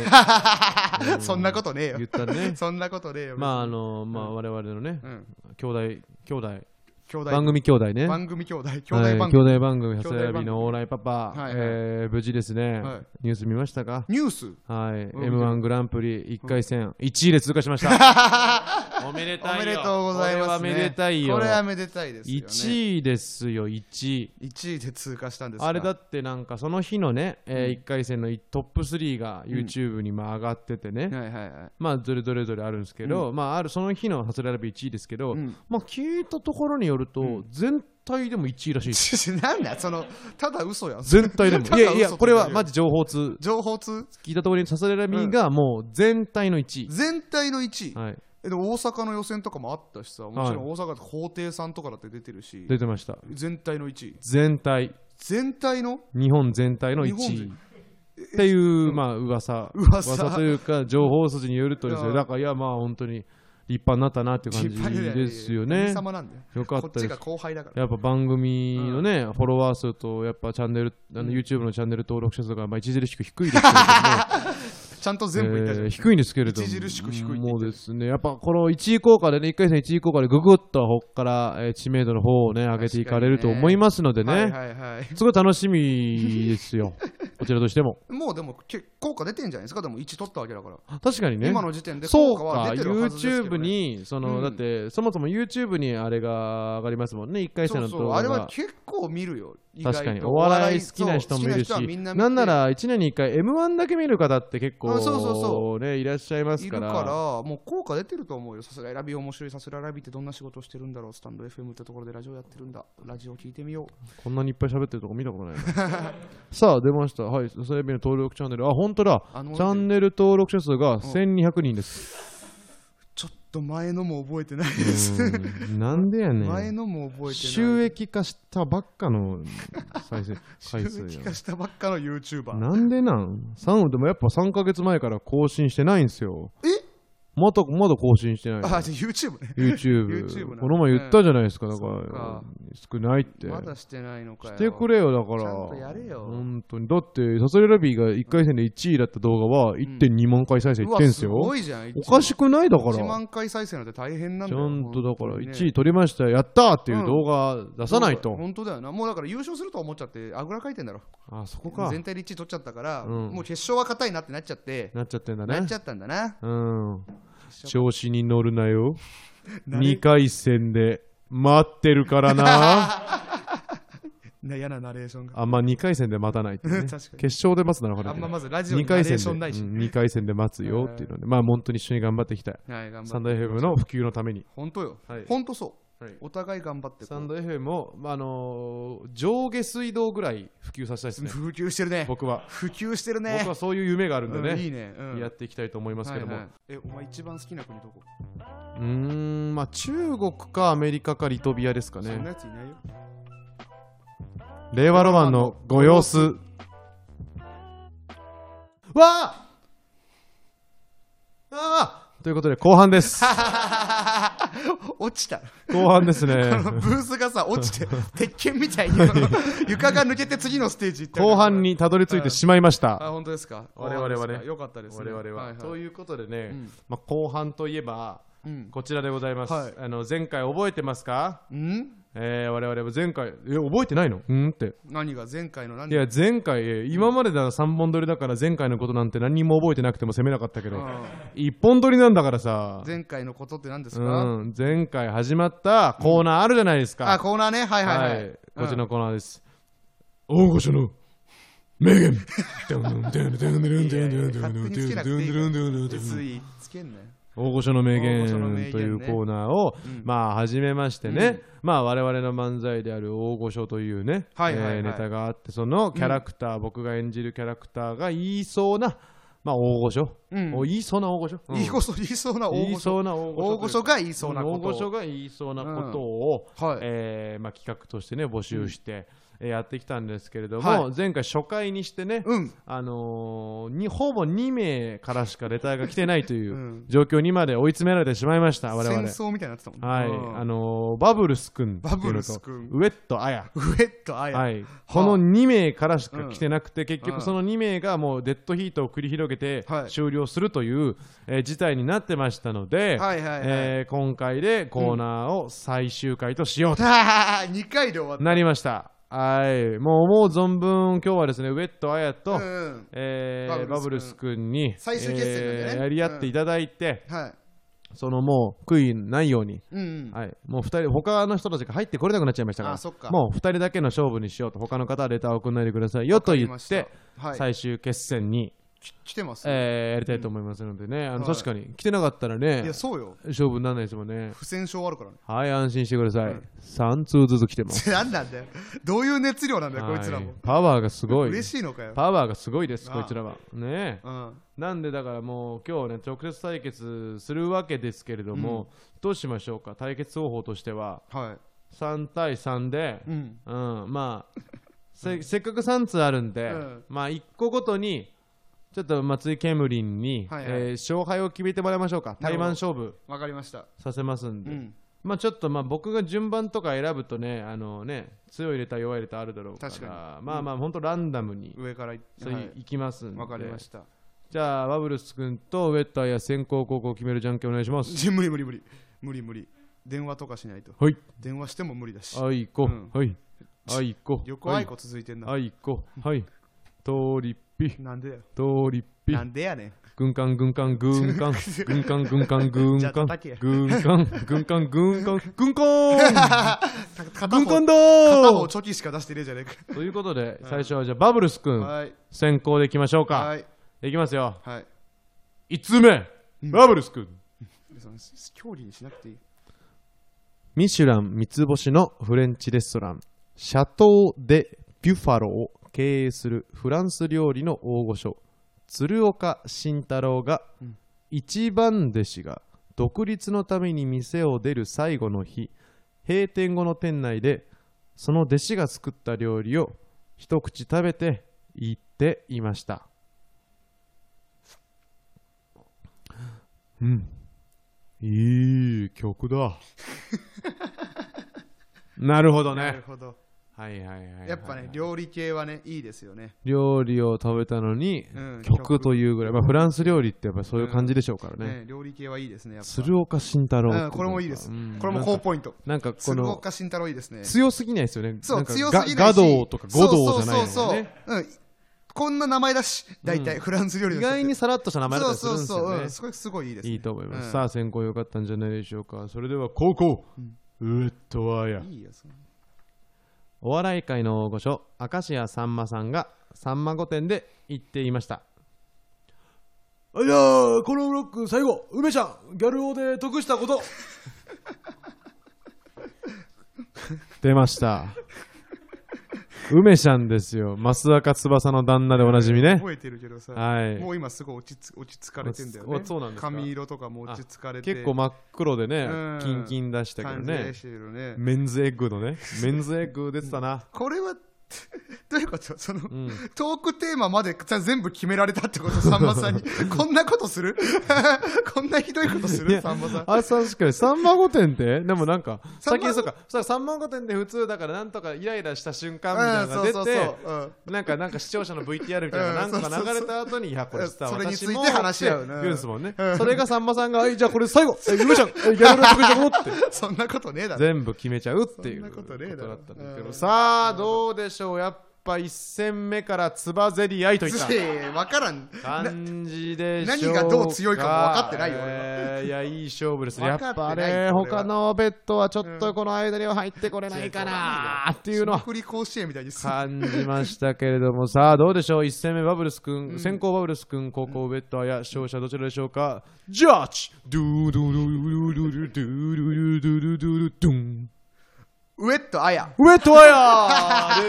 Speaker 1: うん
Speaker 2: そんなことねえよ
Speaker 1: 言ったね
Speaker 2: (laughs) 。そんなことねえよ
Speaker 1: まああのまあ我々のね
Speaker 2: あ、うん、
Speaker 1: 兄弟兄弟
Speaker 2: 兄弟
Speaker 1: 番組兄弟ね。
Speaker 2: 番組兄弟兄弟
Speaker 1: はい
Speaker 2: 番
Speaker 1: 兄
Speaker 2: 組、
Speaker 1: 弟番組さすらいラビーのオーライパパ
Speaker 2: はいはい
Speaker 1: えー無事ですね
Speaker 2: はい。
Speaker 1: ニュース見ましたか？
Speaker 2: ニュ
Speaker 1: (laughs)
Speaker 2: ース
Speaker 1: はい。
Speaker 2: うん
Speaker 1: M1 グランプリ1回戦1位で通過しました。 (laughs) おめでたいよ。
Speaker 2: おめでとうございま
Speaker 1: こ
Speaker 2: す、ね、
Speaker 1: れはめでたいよ。
Speaker 2: これはめでたいですよ、ね、1
Speaker 1: 1
Speaker 2: 位
Speaker 1: 位ですよ1位。
Speaker 2: で通過したんですか
Speaker 1: あれだってなんかその日のね、え1回戦のいトップ3が YouTube にまあ上がっててね、
Speaker 2: はいはいはい
Speaker 1: まあどれどれどれあるんですけど、まああるその日のハズレラビ1位ですけど、
Speaker 2: うん (laughs)
Speaker 1: まあ聞いたところによると、全体でも1位らしいです
Speaker 2: ちょなんだそのただ嘘やん
Speaker 1: 全体でもいやいやこれはマ
Speaker 2: ジ
Speaker 1: ジ情報通
Speaker 2: 情報通
Speaker 1: 聞いたところにハズレラビがもう全体の1位、
Speaker 2: 全体の1位、
Speaker 1: はい、
Speaker 2: えでも大阪の予選とかもあったしさもちろん大阪って法廷さんとかだって出てるし、
Speaker 1: 出てました
Speaker 2: 全体の1位
Speaker 1: 全体
Speaker 2: 全体の
Speaker 1: 日本全体の1
Speaker 2: 日本
Speaker 1: 位
Speaker 2: 全
Speaker 1: っていう、まあ噂
Speaker 2: 噂
Speaker 1: というか情報筋によるとです
Speaker 2: い
Speaker 1: よ
Speaker 2: や
Speaker 1: だからいやまあ本当に立派になったなっていう感じですよね
Speaker 2: 神様なんだよ
Speaker 1: よか
Speaker 2: こ
Speaker 1: っ
Speaker 2: ったち
Speaker 1: で
Speaker 2: が
Speaker 1: す
Speaker 2: 後輩だから
Speaker 1: やっぱ番組のね、フォロワー数とやっぱチャンネルあの YouTube のチャンネル登録者数がまあ著しく低いですけれども、
Speaker 2: ちゃんと全部言ったじゃん、
Speaker 1: えー低いんですけれども
Speaker 2: 著しく低いって言ってる
Speaker 1: もうですねやっぱこの1位効果でね1回戦1位効果でググッとこっから、えー知名度の方をね上げていかれると思いますのでね
Speaker 2: はいはいはい
Speaker 1: すごい楽しみです
Speaker 2: (laughs)
Speaker 1: よこちらとしても
Speaker 2: もうでも結効果出てんじゃないですかでも1取ったわけだから、
Speaker 1: 確かにね
Speaker 2: 今の時点で
Speaker 1: そ
Speaker 2: 効
Speaker 1: う
Speaker 2: 果
Speaker 1: か
Speaker 2: は、出てるはずですけど、
Speaker 1: YouTube
Speaker 2: ね、
Speaker 1: に、その、
Speaker 2: うん
Speaker 1: だって、そもそも YouTube にあれが上がりますもんね、1回戦
Speaker 2: そう
Speaker 1: の
Speaker 2: そ
Speaker 1: 動
Speaker 2: う
Speaker 1: 画
Speaker 2: あれは
Speaker 1: が。
Speaker 2: 結構見るよ意外と
Speaker 1: 確かに、お笑い好きな人もいるし、
Speaker 2: そう好きな人はみんな見て
Speaker 1: なんなら1年に1回 M1 だけ見る方って結構、
Speaker 2: あそうそうそ
Speaker 1: ね、いらっしゃいます
Speaker 2: い
Speaker 1: か。
Speaker 2: るからら、もう効果出てると思うよ。さすらいラビ面白い、さすらいラビってどんな仕事してるんだろう、スタンド FM ってところでラジオやってるんだ、ラジオ聞いてみよう。
Speaker 1: こんなにいっぱい喋ってるとこ見たことないな。
Speaker 2: (laughs)
Speaker 1: さあ、出ました。はい、それの登録チャンネル。あ、本当だ。
Speaker 2: あの
Speaker 1: チャンネル登録者数が1200人
Speaker 2: (laughs)
Speaker 1: です。
Speaker 2: ちょっと前のも覚えてないで
Speaker 1: う
Speaker 2: す。
Speaker 1: ーんなんでやね
Speaker 2: 前
Speaker 1: ん。
Speaker 2: のも覚えてない。
Speaker 1: 収益化したばっかの再生回数
Speaker 2: (laughs) 収
Speaker 1: や
Speaker 2: 益化したばっかの YouTuber。
Speaker 1: なんでなん三でもやっぱ3ヶ月前から更新してないんですよ。
Speaker 2: え
Speaker 1: まだまだ更新してない
Speaker 2: あ、じゃあ YouTube ね。
Speaker 1: YouTube。
Speaker 2: YouTube なんだ
Speaker 1: この前言ったじゃないですか、だか
Speaker 2: そ
Speaker 1: ら
Speaker 2: うか
Speaker 1: 少ないって。
Speaker 2: まだしてないのかよ。
Speaker 1: してくれよ、だから。
Speaker 2: ちゃんとやれよ
Speaker 1: 本当に。だって、サソリラビーが1回戦で1位だった動画は1.2万回再生いってんす
Speaker 2: うわす
Speaker 1: よ
Speaker 2: ご。いじゃん。
Speaker 1: おかしくないだから。
Speaker 2: 1
Speaker 1: ち
Speaker 2: 万回再生なんて大変なんだよ。
Speaker 1: ゃんとだから
Speaker 2: 本当にね
Speaker 1: 1位取りましたよ、やったーっていう動画出さないと。
Speaker 2: 本当だよな。もうだから優勝すると思っちゃって、あぐらかいてんだろ。
Speaker 1: あ、そこか。
Speaker 2: 全体で1位取っちゃったから、
Speaker 1: うん
Speaker 2: もう決勝は硬いなってなっちゃって、
Speaker 1: なっちゃってんだ
Speaker 2: なっ
Speaker 1: ね
Speaker 2: ち。ゃったんだな。
Speaker 1: うん。調子に乗るなよ。
Speaker 2: (laughs) なれ
Speaker 1: 2回戦で待ってるから
Speaker 2: (laughs)
Speaker 1: な
Speaker 2: ね嫌なナレーションが。
Speaker 1: あんま2回戦で待たない
Speaker 2: (laughs)
Speaker 1: っていうね
Speaker 2: 確かに
Speaker 1: 決勝で待つならこれ
Speaker 2: あんままずラジオ
Speaker 1: 2
Speaker 2: にナレ
Speaker 1: 回
Speaker 2: ー
Speaker 1: 戦
Speaker 2: シ
Speaker 1: で、
Speaker 2: ョンないし。
Speaker 1: 2回戦で待つよっていうので、まあ本当に一緒に頑張っていきたい
Speaker 2: はい、頑
Speaker 1: サ
Speaker 2: 張
Speaker 1: ン
Speaker 2: っ
Speaker 1: ド
Speaker 2: て。
Speaker 1: FM の普及のために、
Speaker 2: 本当よ
Speaker 1: はい。
Speaker 2: 本当そう。お互い頑張ってこう。
Speaker 1: サンド FM を、まああのー上下水道ぐらい普及させたいですね
Speaker 2: 普及してるね。
Speaker 1: 僕は、
Speaker 2: 普及してるね
Speaker 1: 僕。はそういう夢があるんでね、
Speaker 2: うんいいね。うん
Speaker 1: やっていきたいと思いますけども、
Speaker 2: はいはいえ、お前一番好きな国どこ
Speaker 1: うーんまあ中国かアメリカかリトビアですか
Speaker 2: そんな
Speaker 1: ね
Speaker 2: やついないよ。 (laughs)
Speaker 1: 令和ロマンのご様子わあああということで後半です
Speaker 2: 落ちた。
Speaker 1: 後半ですね
Speaker 2: (laughs) あのブースがさ、落
Speaker 1: (laughs)
Speaker 2: ちて、鉄拳みたいにあの床が抜けて次のステージ行ったから
Speaker 1: 後半。にたどり着いてしまいました
Speaker 2: あ、本当ですか。
Speaker 1: 我々はね
Speaker 2: ですかよかったですね。い
Speaker 1: ということでね、
Speaker 2: うん
Speaker 1: まあ、後半といえば
Speaker 2: うん。
Speaker 1: こちらでございます、
Speaker 2: はい
Speaker 1: あの前回覚えてますか、
Speaker 2: うん
Speaker 1: えー、我々は前回え覚えてないのうんって
Speaker 2: 何が前回の何
Speaker 1: いや前回えー今までなら3本撮りだから前回のことなんて何にも覚えてなくても責めなかったけど、
Speaker 2: う
Speaker 1: 一本撮りなんだからさ
Speaker 2: ん前回のことって何です
Speaker 1: う
Speaker 2: か、
Speaker 1: ん、前回始まったコーナーあるじゃないですか、
Speaker 2: あコーナーねはいはいはい、うん
Speaker 1: こっちのコーナーです。大御所の名言
Speaker 2: いやいや勝手につけなくていいから別につけんなよ
Speaker 1: 大御所の名
Speaker 2: 大
Speaker 1: 言
Speaker 2: 御所の名言ね
Speaker 1: というコーナーを、
Speaker 2: うん
Speaker 1: まあ始めましてね、
Speaker 2: うん
Speaker 1: まあ我々の漫才である大御所というね、
Speaker 2: はいはいはい
Speaker 1: えーネタがあってそのキャラクター、僕が演じるキャラクターが言いそうなまあ大御所、
Speaker 2: うん
Speaker 1: お言いそうな大御所、うん
Speaker 2: 言いこそ言いそうな大
Speaker 1: 言
Speaker 2: 御
Speaker 1: いそ
Speaker 2: 所
Speaker 1: うな大御所
Speaker 2: 大御所が言いそうなことを
Speaker 1: 大御所が言いそうなことを、
Speaker 2: うんはい
Speaker 1: えーまあ、企画としてね募集して、えーやってきたんですけれども、
Speaker 2: は
Speaker 1: 前回初回にしてね、
Speaker 2: うん
Speaker 1: あのーにほぼ2名からしかレターが来てないといううん状況にまで追い詰められてしまいました、我
Speaker 2: 戦
Speaker 1: 々。
Speaker 2: 争みたいになってたもんね
Speaker 1: はい、
Speaker 2: うん
Speaker 1: あのーバブルス君っていうのと
Speaker 2: バブルス君
Speaker 1: ウェットアヤ、
Speaker 2: ウェットアヤ、
Speaker 1: はい、この2名からしか来てなくて、結局その2名がもうデッドヒートを繰り広げて
Speaker 2: はい
Speaker 1: 終了するという、えー事態になってましたので、
Speaker 2: はいはいはい
Speaker 1: えー今回でコーナーを最終回としようと
Speaker 2: (laughs) は2回で終わった
Speaker 1: なりました。はい、もう思う存分今日はですねウェットアヤと、
Speaker 2: うん
Speaker 1: えーバ
Speaker 2: バ
Speaker 1: ブ
Speaker 2: ブ
Speaker 1: ル
Speaker 2: ル
Speaker 1: ス
Speaker 2: ス
Speaker 1: 君に
Speaker 2: 最終決戦なんでね
Speaker 1: えーやり合っていただいて、
Speaker 2: はい
Speaker 1: そのもう悔いないように、
Speaker 2: うんうん
Speaker 1: はい、もう2人他の人たちが入ってこれなくなっちゃいましたから
Speaker 2: あそっか
Speaker 1: もう2人だけの勝負にしようと他の方はレターを送らないでくださいよと言
Speaker 2: わかりま
Speaker 1: っ、
Speaker 2: してたはい
Speaker 1: 最終決戦に、
Speaker 2: き来てますね
Speaker 1: えーやりたいと思いますのでね、あの
Speaker 2: はい
Speaker 1: 確かに来てなかったら
Speaker 2: い
Speaker 1: ね
Speaker 2: やそうよ
Speaker 1: 勝負にならないですもんね
Speaker 2: 不戦勝あるからね (laughs)
Speaker 1: はい安心してください、
Speaker 2: うん
Speaker 1: 3通ずつ来てます
Speaker 2: 何なんだよどういう熱量なんだよこいつら
Speaker 1: は
Speaker 2: も
Speaker 1: パワーがすごい
Speaker 2: 嬉しいのかよ
Speaker 1: パワーがすごいです
Speaker 2: なあ
Speaker 1: こちらはねえ
Speaker 2: うん
Speaker 1: なんでだからもう今日ね直接対決するわけですけれども、どうしましょうか対決方法としては
Speaker 2: は
Speaker 1: 3対3で
Speaker 2: い、うん
Speaker 1: うんまあせせっかく3通あるんで、
Speaker 2: うん
Speaker 1: まあ1個ごとにちょっと松井ケムリンに、
Speaker 2: はいはい
Speaker 1: えー勝敗を決めてもらいましょうか
Speaker 2: な
Speaker 1: 対
Speaker 2: るほど
Speaker 1: マン勝負
Speaker 2: わかりました
Speaker 1: させますん
Speaker 2: う
Speaker 1: で、
Speaker 2: ん
Speaker 1: まあちょっとまあ僕が順番とか選ぶとねあのね強いレター弱いレターあるだろうから
Speaker 2: 確か
Speaker 1: まあまあ本当ランダムに、
Speaker 2: 上からい
Speaker 1: それ
Speaker 2: はい
Speaker 1: いきますんで、
Speaker 2: わかりました (laughs)
Speaker 1: じゃあバブルス君とウェッターや先行後攻決めるじゃんけんお願いします
Speaker 2: じ無理無理無理無理無理電話とかしないと
Speaker 1: はい
Speaker 2: 電話しても無理だし
Speaker 1: あいこ、
Speaker 2: うん
Speaker 1: はいあいこ
Speaker 2: 横
Speaker 1: は
Speaker 2: あ
Speaker 1: い
Speaker 2: いこ続いてんな
Speaker 1: あいこはいとりっぴ
Speaker 2: なんでだよ
Speaker 1: とりっぴ
Speaker 2: なんでやねん
Speaker 1: 軍艦軍艦軍
Speaker 2: (laughs)
Speaker 1: 艦軍艦軍艦軍
Speaker 2: じゃあ
Speaker 1: 艦
Speaker 2: 叩け
Speaker 1: 軍艦軍艦軍
Speaker 2: (laughs)
Speaker 1: 艦軍艦
Speaker 2: た片
Speaker 1: 軍
Speaker 2: 方
Speaker 1: 艦だ
Speaker 2: 片方
Speaker 1: ー
Speaker 2: チョキしか出してねえじゃねえ
Speaker 1: ということで最初はじゃあバブルス
Speaker 2: か
Speaker 1: 君
Speaker 2: はい
Speaker 1: 先行でいきましょう
Speaker 2: は
Speaker 1: か
Speaker 2: い
Speaker 1: いきますよ
Speaker 2: はい
Speaker 1: 1通目バブルス君
Speaker 2: その競技にしなくていい
Speaker 1: ミシュラン三つ星のフレンチレストラン、シャトー・デ・ビュファローを経営するフランス料理の大御所、鶴岡慎太郎が、
Speaker 2: うん
Speaker 1: 一番弟子が独立のために店を出る最後の日、閉店後の店内で、その弟子が作った料理を一口食べて言っていました。うん。いい曲
Speaker 2: (laughs)
Speaker 1: だ。なるほど
Speaker 2: なる
Speaker 1: ね。
Speaker 2: ほど
Speaker 1: はいはいはいはい。
Speaker 2: やっぱね料理系はねいいですよね
Speaker 1: 料理を食べたのに、
Speaker 2: うん
Speaker 1: 曲というぐらい、まあ、フランス料理ってやっぱそういう感じでしょうからね。
Speaker 2: ね料理系はいいですねやっぱ
Speaker 1: 鶴岡慎太郎って
Speaker 2: うんこれもいいです
Speaker 1: うん
Speaker 2: これも
Speaker 1: な
Speaker 2: 高
Speaker 1: んか
Speaker 2: ポイント
Speaker 1: なんかこ
Speaker 2: 鶴
Speaker 1: の
Speaker 2: 岡慎太郎いいですね
Speaker 1: 強すぎないですよね。
Speaker 2: そ
Speaker 1: なん
Speaker 2: う
Speaker 1: か
Speaker 2: 強すぎ
Speaker 1: が
Speaker 2: な
Speaker 1: 画
Speaker 2: いし
Speaker 1: 道とか五道じゃないですよ
Speaker 2: そうそう
Speaker 1: ね。
Speaker 2: そうそううんこんな名前だし大体フランス料理
Speaker 1: 意
Speaker 2: の人って
Speaker 1: 外にさらっとした名前だったりするんです
Speaker 2: そうそうそう、
Speaker 1: よ
Speaker 2: う
Speaker 1: ね
Speaker 2: ん、。すごいすごいいいですね
Speaker 1: いいと思います。
Speaker 2: うん
Speaker 1: さあ、先行良かったんじゃないでしょうか。それでは、高校、ウエットワイヤー。
Speaker 2: いいよその
Speaker 1: お笑い界の大御所明石家さんまさんが「さんま御殿」で言っていましたじゃあこのブロック最後梅ちゃんギャル王で得したこと (laughs) 出ました梅ちゃんですよ増若翼の旦那でおなじみね
Speaker 2: 覚えてるけどさ、
Speaker 1: はい
Speaker 2: もう今すごい落ちつ落ち着かれてんだよね
Speaker 1: あそうなんですか
Speaker 2: 髪色とかも落ち着かれて
Speaker 1: 結構真っ黒で
Speaker 2: う
Speaker 1: ね
Speaker 2: ん
Speaker 1: キンキン出したけど
Speaker 2: 感じ
Speaker 1: ね
Speaker 2: でしてるね
Speaker 1: メンズエッグのねメンズエッグ出てたな
Speaker 2: これは (laughs) どういうことその、
Speaker 1: ん
Speaker 2: トークテーマまでじゃあ全部決められたってことさんま
Speaker 1: (laughs)
Speaker 2: さんにこんなことする (laughs) こんなひどいことす
Speaker 1: い
Speaker 2: る
Speaker 1: や
Speaker 2: さんまさん
Speaker 1: あ、確かに、三万御殿ってでもなんか、
Speaker 2: さ
Speaker 1: 最
Speaker 2: んま
Speaker 1: 近そうか、そう三万御殿で普通だから、なんとかイライラした瞬間み
Speaker 2: うん
Speaker 1: たいなのが出て、
Speaker 2: うん
Speaker 1: なんか、なんか視聴者の VTR みたいな、
Speaker 2: うん
Speaker 1: なんか
Speaker 2: そうそうそう
Speaker 1: 流れた後に、いや、これさ、
Speaker 2: それについ
Speaker 1: 私
Speaker 2: て
Speaker 1: も、
Speaker 2: 話し合うな
Speaker 1: って言うんですもんね
Speaker 2: う。ん
Speaker 1: それがさんまさんが、あいじゃあこれ最後、え、梅ちゃん、えギャルラップ
Speaker 2: (laughs)
Speaker 1: 行こうって。
Speaker 2: そんなことねえだろ
Speaker 1: 全部決めちゃうっていう
Speaker 2: そんなことねえだろ
Speaker 1: だったんですけど、
Speaker 2: うん
Speaker 1: さあ、どうでしょう、やっぱ一戦目からつばぜり合いといった
Speaker 2: え分からん
Speaker 1: 感じでしょう
Speaker 2: 何がどう強いかも分かってないよ俺は
Speaker 1: えーいやいい勝負ですねや
Speaker 2: 分
Speaker 1: っ
Speaker 2: かっ
Speaker 1: ぱ
Speaker 2: てな
Speaker 1: ね
Speaker 2: いよ俺は
Speaker 1: 他のベッドはちょっとこの間には入ってこれないかなっていうのは
Speaker 2: 霜降り甲子園みたいにす
Speaker 1: 感じましたけれどもさあどうでしょう1戦目バブルス君、先行バブルス君後攻ベッドや勝者どちらでしょうか、ジャッジドゥドゥドゥドゥドゥドゥドゥドゥドゥドゥン
Speaker 2: ウェットあや
Speaker 1: ウェットアヤー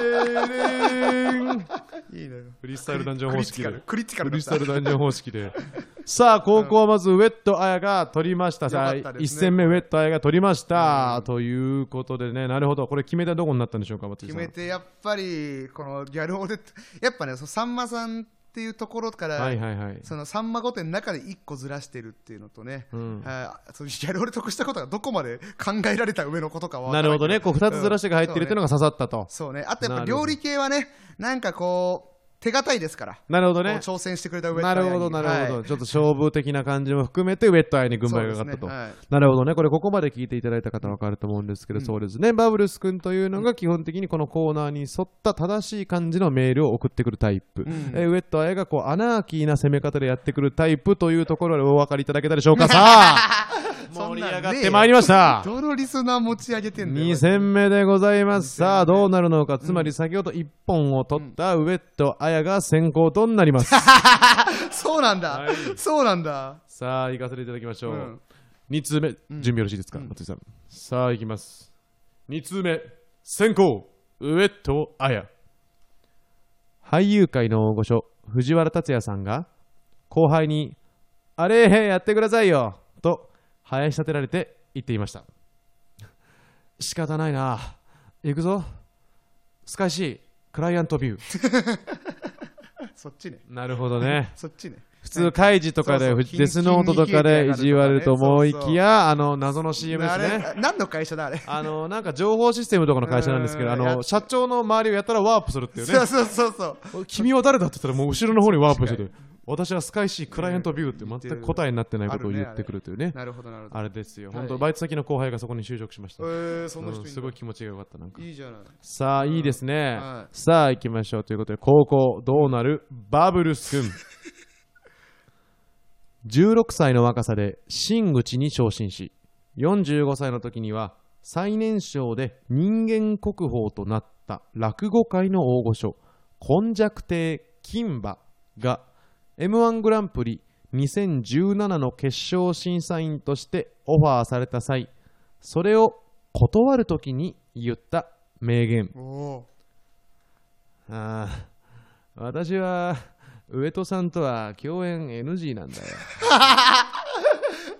Speaker 1: レレレン
Speaker 2: いいね
Speaker 1: フリースタイルダンジョン方式で
Speaker 2: クリティカ
Speaker 1: ク
Speaker 2: ルクリ
Speaker 1: リ
Speaker 2: テ
Speaker 1: ス
Speaker 2: ィ
Speaker 1: タ
Speaker 2: カル
Speaker 1: ル
Speaker 2: だっ
Speaker 1: ダンジョン方式でさあ高校はまずウェットアヤが取りましたさあ
Speaker 2: よかった
Speaker 1: 1
Speaker 2: ですね
Speaker 1: 戦目ウェットアヤが取りましたということでねなるほどこれ決め手はどこになったんでしょうか松井
Speaker 2: た
Speaker 1: さ
Speaker 2: 決
Speaker 1: ん
Speaker 2: めてやっぱりこのギャルオでやっぱねそのさんまさんっていうところから、
Speaker 1: はいはいはい
Speaker 2: そのさんま御殿の中で一個ずらしてるっていうのとね、
Speaker 1: うん
Speaker 2: あーそういうギャルオで得したことがどこまで考えられた上のことかは分か
Speaker 1: な
Speaker 2: ら
Speaker 1: る
Speaker 2: ん
Speaker 1: ほ
Speaker 2: け
Speaker 1: どね、こう2つずらしてが入ってるっていうのが刺さったと。
Speaker 2: そうねあとや
Speaker 1: な
Speaker 2: っぱ
Speaker 1: るほど
Speaker 2: 料理系はねなんかこう手堅いですから、
Speaker 1: なるほど
Speaker 2: こ
Speaker 1: ね。
Speaker 2: う挑戦してくれた上
Speaker 1: なるほど、なるほど、
Speaker 2: はい
Speaker 1: ちょっと勝負的な感じも含めて、ウェットアイに軍配が上がった
Speaker 2: そ
Speaker 1: と。
Speaker 2: うですねはい
Speaker 1: なるほどね、これ、ここまで聞いていただいた方分かると思うんですけど、そうですね、バブルス君というのが基本的にこのコーナーに沿った正しい感じのメールを送ってくるタイプ、
Speaker 2: ん
Speaker 1: えーウェットアイがこうアナーキーな攻め方でやってくるタイプというところでお分かりいただけたでし (laughs) ょうか、さあ、
Speaker 2: そ
Speaker 1: 盛
Speaker 2: ん
Speaker 1: り
Speaker 2: なんねえ
Speaker 1: 上がってまいりました。
Speaker 2: どのリスナー持ち上げてんだよ
Speaker 1: 2戦目でございます。さあ、どうなるのか。つまり、先ほど1本を取ったウエット・アヤが先行となります。
Speaker 2: そうなんだ、
Speaker 1: はい
Speaker 2: そうなんだ、
Speaker 1: さあ、行かせていただきましょ
Speaker 2: う。
Speaker 1: うん2通目、準備よろしいですか、松井さん。さあ、行きます。2通目、先行、ウエット・アヤ。俳優界の大御所、藤原竜也さんが、後輩に、あれやってくださいよと、生やし立てられて言っていました。仕方ないな。行くぞ。スカイシー、クライアントビュー。 (laughs)
Speaker 2: そっちね
Speaker 1: なるほどね。
Speaker 2: そっちね
Speaker 1: 普通、カイジとかで、
Speaker 2: そうそう
Speaker 1: デスノートとかでいじわれると思い
Speaker 2: そうそ
Speaker 1: き
Speaker 2: う
Speaker 1: や、あの、謎の CM で
Speaker 2: あ
Speaker 1: すね。
Speaker 2: れ何の会社だあれ
Speaker 1: あの、なんか情報システムとかの会社なんですけど、
Speaker 2: うん
Speaker 1: あ
Speaker 2: やっ
Speaker 1: の、社長の周りをやったらワープするっていう
Speaker 2: そう
Speaker 1: ね。
Speaker 2: そうそうそう
Speaker 1: 君は誰だって言ったら、もう後ろの方にワープしてて、私はスカイシークライアントビューって全く答えになってないことを言ってくるというね。
Speaker 2: なるほどなるほど
Speaker 1: あれですよ。
Speaker 2: はい
Speaker 1: 本当バイト先の後輩がそこに就職しまし
Speaker 2: え
Speaker 1: た。
Speaker 2: ー、そんな
Speaker 1: う
Speaker 2: 人い
Speaker 1: ん
Speaker 2: る
Speaker 1: すごい気持ちが良かった、なんか。
Speaker 2: いいじゃない
Speaker 1: さあ、いいですね
Speaker 2: は。い
Speaker 1: さあ、行きましょう。ということで、高校、どうなるバブルス君。16歳の若さで真口に昇進し、45歳の時には最年少で人間国宝となった落語界の大御所、根弱亭金馬が M1 グランプリ2017の決勝審査員としてオファーされた際、それを断る時に言った名言。
Speaker 2: おお
Speaker 1: ああ私は上戸さんとは共演 NG なんだよ
Speaker 2: ー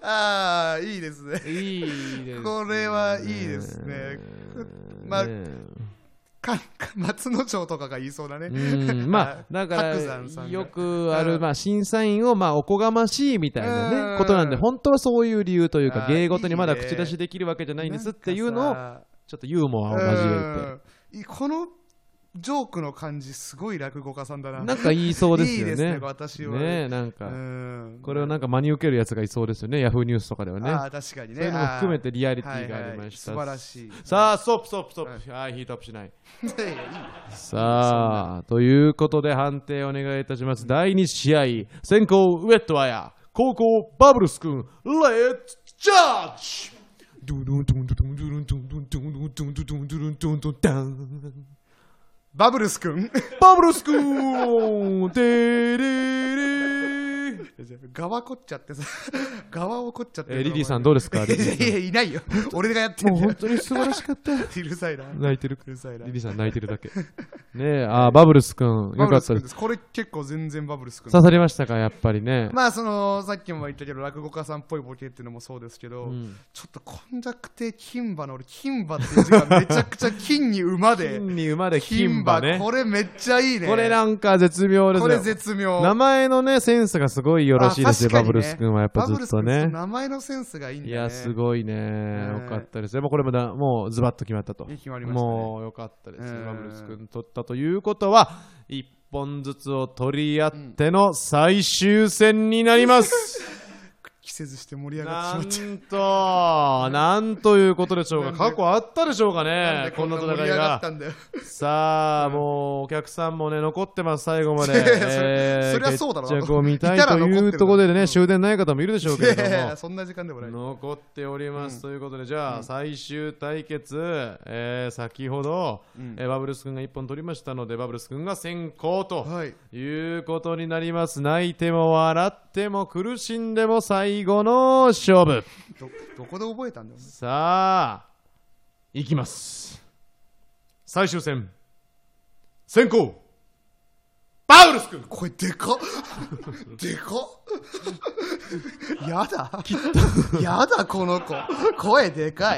Speaker 2: ああいいですね
Speaker 1: いいです
Speaker 2: (laughs) これはいいですねまあ
Speaker 1: ね
Speaker 2: かか松野町とかが言いそうだね、
Speaker 1: うん
Speaker 2: (laughs)
Speaker 1: まあだか
Speaker 2: 白山さ
Speaker 1: ら
Speaker 2: んが
Speaker 1: よくあ
Speaker 2: う
Speaker 1: る
Speaker 2: ん
Speaker 1: まあ審査員をまあおこがましいみたいな
Speaker 2: う
Speaker 1: ね
Speaker 2: ん
Speaker 1: ことなんで本当はそういう理由というか
Speaker 2: あー
Speaker 1: 芸事にまだ
Speaker 2: いいね
Speaker 1: 口出しできるわけじゃないんですっていうの
Speaker 2: なん
Speaker 1: を
Speaker 2: かさ
Speaker 1: ちょっとユーモアを交え
Speaker 2: うんいこのジョークの感じすごい落語家さんだな
Speaker 1: てなんか言いそうですよ
Speaker 2: いい
Speaker 1: ね
Speaker 2: ですね私は
Speaker 1: ねなん
Speaker 2: う
Speaker 1: か
Speaker 2: ん
Speaker 1: これをなんか真に受けるやつがいそうですよねヤフーニュースとかではね
Speaker 2: ああ確かにね
Speaker 1: そういうのも含めてリアリ
Speaker 2: リ
Speaker 1: ティがありました、
Speaker 2: はいはい、素晴らしい
Speaker 1: さあ、ストップ、ストップ、ストップ。はい、ヒートアップしない。
Speaker 2: いやいやいいよ
Speaker 1: さあ、ということで判定お願いいたします。第2試合、先行ウェットアヤ、後攻バブルス君、レッツジャッジドゥドゥンドゥンドゥンドゥンドゥンドゥンドゥンドゥンドゥンドゥンドゥンドゥンドゥンドゥン
Speaker 2: バブルス君
Speaker 1: バブルス君デレレ
Speaker 2: 側こっちゃってさ (laughs) 側をこっちゃって
Speaker 1: えーリリーさんど
Speaker 2: ど
Speaker 1: うですか
Speaker 2: い
Speaker 1: リリ
Speaker 2: や
Speaker 1: ー
Speaker 2: いやいやいないよ俺がやって
Speaker 1: さん
Speaker 2: ん
Speaker 1: もう
Speaker 2: だよ
Speaker 1: 本当に素晴らしかった。
Speaker 2: うるさいなう
Speaker 1: 泣いてる。
Speaker 2: るさいな
Speaker 1: リリーさん泣いてるだけ。ねえ、あー、バブルス君、
Speaker 2: バ
Speaker 1: よか
Speaker 2: ブル
Speaker 1: っ
Speaker 2: ス
Speaker 1: た
Speaker 2: 君
Speaker 1: で。
Speaker 2: ですすこれ結構全然バブルス君
Speaker 1: 刺さりましたか、やっぱりね。
Speaker 2: まあそのさっきも言ったけど落語家さんっぽいボケっていうのもそうですけど、
Speaker 1: うん
Speaker 2: ちょっとこんじゃくて金馬の俺金馬っていう字がめちゃくちゃ金に馬
Speaker 1: (laughs)
Speaker 2: で
Speaker 1: 金に馬で金馬ね。
Speaker 2: これめっちゃいいね
Speaker 1: これなんか絶妙です
Speaker 2: これ
Speaker 1: よ。
Speaker 2: 絶妙
Speaker 1: 名前のね、センスがすごいよろしいですよ、
Speaker 2: あ
Speaker 1: バブ
Speaker 2: 確かにね
Speaker 1: ルス君はやっぱずっと
Speaker 2: バブルス君
Speaker 1: ね。
Speaker 2: 名前のセンスがいいんだ
Speaker 1: い
Speaker 2: よね
Speaker 1: や、すごいね。よかったですね。もうこれもだ、もうズバッと決まったと。
Speaker 2: 決まりましたね
Speaker 1: もうよかったです
Speaker 2: う
Speaker 1: ね。
Speaker 2: ん
Speaker 1: バブルス君取ったということは、一
Speaker 2: (laughs)
Speaker 1: 本ずつを取り合っての最終戦になります。
Speaker 2: 貴せずして盛り上が
Speaker 1: な
Speaker 2: っ
Speaker 1: ん
Speaker 2: てしまっ
Speaker 1: と、なんということでしょうか。
Speaker 2: なんで
Speaker 1: 過去あったでしょうか
Speaker 2: た。なん
Speaker 1: ね
Speaker 2: で、
Speaker 1: こんな
Speaker 2: 盛り
Speaker 1: 戦い
Speaker 2: 上がっ
Speaker 1: が
Speaker 2: た。んだよ。
Speaker 1: さあ、もうお客さんもね、残ってます、最後まで。
Speaker 2: (laughs) それ
Speaker 1: えー
Speaker 2: そりゃそうだろうな
Speaker 1: 決着を見たい
Speaker 2: いたら
Speaker 1: と
Speaker 2: 残
Speaker 1: い
Speaker 2: ってるだ
Speaker 1: う
Speaker 2: ろう
Speaker 1: ところで
Speaker 2: う
Speaker 1: ね、
Speaker 2: ん
Speaker 1: 終電ない方もいるでしょうけれど
Speaker 2: いやい
Speaker 1: も
Speaker 2: (laughs) や。そんな時間でもない。
Speaker 1: 残っております、
Speaker 2: うん
Speaker 1: ということでじゃあ、
Speaker 2: うん
Speaker 1: 最終対決、えー先ほど、
Speaker 2: うん
Speaker 1: えーバブルス君が1本取りましたのでバブルス君が先行と
Speaker 2: はい。
Speaker 1: いうことになります泣いても笑っても苦しんでも最後の勝負
Speaker 2: ど、どこで覚えたんだよ。
Speaker 1: さあいきます最終戦先行バブルス君
Speaker 2: これで (laughs) かっでか (laughs) っやだやだこの子声で (laughs) か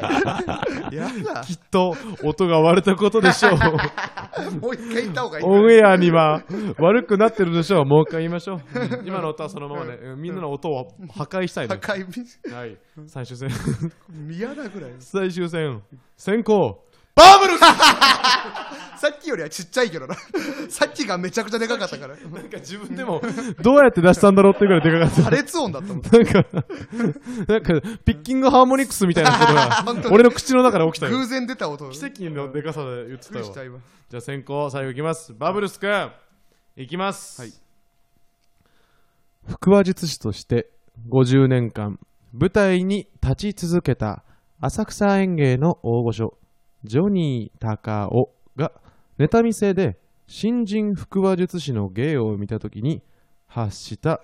Speaker 2: いやだ
Speaker 1: きっと音が割れたことでしょ (laughs) う
Speaker 2: もう一回言った方がいい
Speaker 1: オンエアには悪くなってるでしょう。もう一回言いましょう。うん今の音はそのままで、うんみんなの音を破壊したいの。
Speaker 2: 高い
Speaker 1: はい。最終戦、 (laughs)
Speaker 2: 嫌だぐらい
Speaker 1: 最終戦、先行。
Speaker 2: バブル (laughs) さっきよりはちっちゃいけどな (laughs) さっきがめちゃくちゃでかかったから
Speaker 1: なんか自分でも、どうやって出したんだろうってぐらいでかかった。
Speaker 2: 破裂音だ (laughs) ったもん
Speaker 1: なんか、なんか、ピッキングハーモニクスみたいなこと (laughs) が
Speaker 2: 本当、に
Speaker 1: 俺の口の中で起きたよ。
Speaker 2: 偶然出た音
Speaker 1: 奇跡のでかさで言ってた
Speaker 2: びっくり
Speaker 1: よ
Speaker 2: し。た今
Speaker 1: じゃあ先行、最後いきます。バブルスくん、いきます。
Speaker 2: はい
Speaker 1: 腹話術師として50年間舞台に立ち続けた浅草演芸の大御所ジョニー高尾がネタ見せで新人腹話術師の芸を見た時に発した